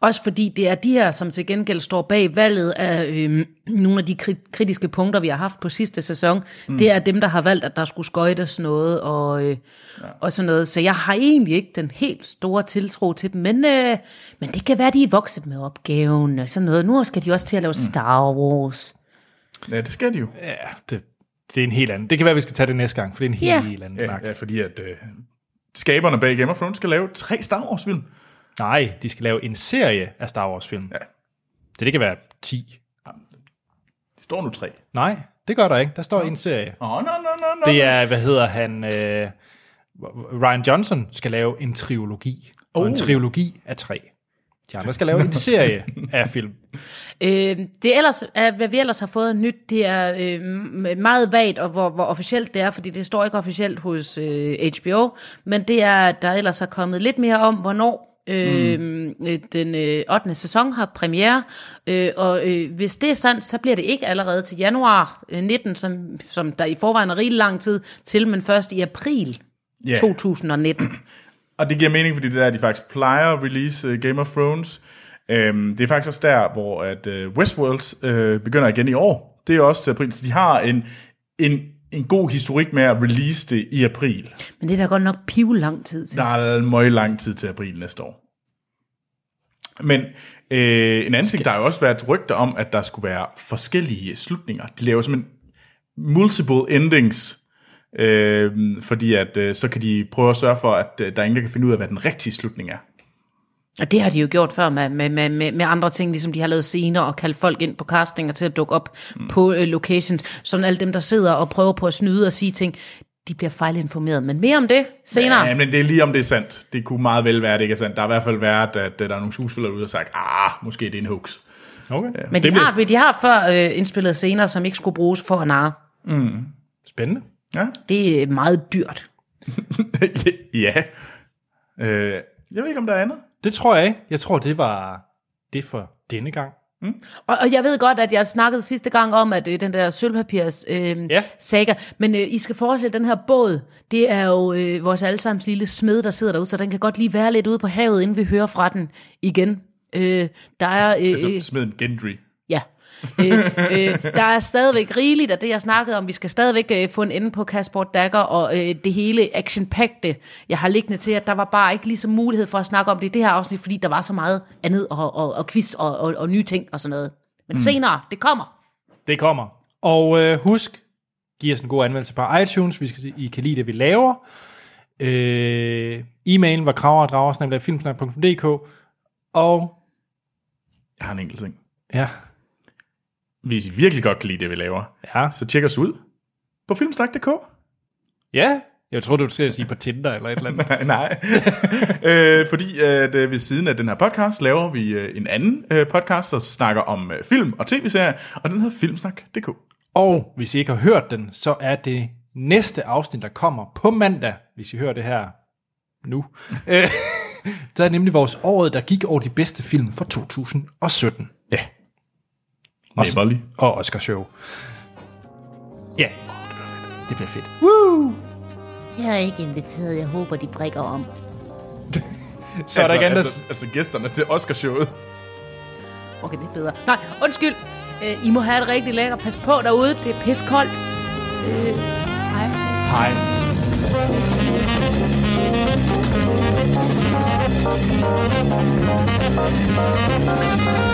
C: Også fordi det er de her, som til gengæld står bag valget af øh, nogle af de kri- kritiske punkter, vi har haft på sidste sæson. Mm. Det er dem, der har valgt, at der skulle skøjtes noget og, øh, ja. og sådan noget. Så jeg har egentlig ikke den helt store tiltro til dem, men, øh, men det kan være, de er vokset med opgaven og sådan noget. Nu skal de også til at lave mm. Star Wars.
B: Ja, det skal de jo.
A: Ja, det, det er en helt anden. Det kan være, vi skal tage det næste gang, for det er en helt,
C: Ja.
A: helt anden snak.
B: Ja, ja fordi at øh, skaberne bag Game of Thrones skal lave tre Star Wars-film.
A: Nej, de skal lave en serie af Star Wars-film.
B: Ja.
A: Så det kan være 10.
B: De står nu tre.
A: Nej, det gør der ikke. Der står en serie.
B: Åh, oh, no, no, no, no.
A: Det er, hvad hedder han, øh, Ryan Johnson skal lave en trilogi. Og en
B: Oh.
A: trilogi af tre. De andre skal lave en serie af film.
C: Øh, det er ellers, at hvad vi ellers har fået af nyt, det er øh, m- meget vagt, og hvor, hvor officielt det er, fordi det står ikke officielt hos øh, HBO, men det er, at der ellers er kommet lidt mere om, hvornår øh, øh, den øh, 8. sæson har premiere, øh, og øh, hvis det er sandt, så bliver det ikke allerede til januar øh, 19, som, som der i forvejen er rigtig lang tid til, men først i april
B: Ja.
C: 2019.
B: Og det giver mening, fordi det er der, de faktisk plejer at release øh, Game of Thrones. Øhm, det er faktisk også der, hvor at, øh, Westworld øh, begynder igen i år. Det er også til april, så de har en, en, en god historik med at release det i april.
C: Men det er da godt nok piv lang tid til.
B: Der er meget lang tid til april næste år. Men øh, en anden ting, der har jo også været rygter om, at der skulle være forskellige slutninger. De laver simpelthen multiple endings, øh, fordi at øh, så kan de prøve at sørge for, at øh, der er ingen, der kan finde ud af, hvad den rigtige slutning er.
C: Og det har de jo gjort før med, med, med, med, med andre ting, ligesom de har lavet scener og kaldt folk ind på castinger til at dukke op mm. på øh, locations. Sådan alle dem, der sidder og prøver på at snyde og sige ting, de bliver fejlinformeret. Men mere om det senere.
B: Ja,
C: Ja,
B: men det er lige om det er sandt. Det kunne meget vel være, at det ikke er sandt. Der har i hvert fald været, at øh, der er nogle skuespillere ude og sagt, ah, måske det er en hoax.
A: Okay. Ja.
C: men de, har, de har før øh, indspillet scener, som ikke skulle bruges for at narre.
A: Spændende.
B: Ja.
C: Det er meget dyrt.
B: ja. Øh, jeg ved ikke, om der er andet.
A: Det tror jeg ikke. Jeg tror, det var det for denne gang.
C: Og, og jeg ved godt, at jeg snakkede sidste gang om, at øh, den der sølvpapirs øh,
A: Ja.
C: ja. saga, men øh, I skal forestille den her båd, det er jo øh, vores allesammens lille smed, der sidder derude, så den kan godt lige være lidt ude på havet, inden vi hører fra den igen. Øh, der er... Øh, øh,
B: Altså, smid en Gendry.
C: ja. øh, øh, der er stadigvæk rigeligt af det, jeg snakkede om. Vi skal stadigvæk øh, få en ende på Kasper Dagger og øh, det hele action -packte, jeg har liggende til, at der var bare ikke ligesom mulighed for at snakke om det i det her afsnit, fordi der var så meget andet og, og, og quiz og, og, og nye ting og sådan noget. Men mm. senere, det kommer.
A: Det kommer. Og øh, husk, giv os en god anmeldelse på iTunes, hvis I kan lide det, vi laver. Øh, e-mailen var kraveradrager.filmsnak.dk Og
B: Jeg har en enkelt ting.
A: ja,
B: Hvis I virkelig godt kan lide det, vi laver,
A: ja.
B: så tjek os ud på filmsnak.dk.
A: ja. Jeg tror du skal sige på Tinder eller et eller andet.
B: Nej, nej. øh, fordi at, øh, ved siden af den her podcast laver vi øh, en anden øh, podcast, der snakker om øh, film og tv-serier, og den hedder filmsnak.dk.
A: Og hvis I ikke har hørt den, så er det næste afsnit, der kommer på mandag, hvis I hører det her nu. Øh, der er nemlig vores året, der gik over de bedste film fra 2017.
B: Ja. Næbberlig.
A: Og Oscar Show. Ja, det bliver fedt. Woo!
D: Jeg er ikke inviteret. Jeg håber, de prikker om.
A: Så er der ikke andet.
B: altså, altså gæsterne til Oscarshowet.
C: Okay, det er bedre. Nej, undskyld. Øh, I må have det rigtig lækkert. Pas på derude. Det er piskoldt.
A: Hej.
E: Thank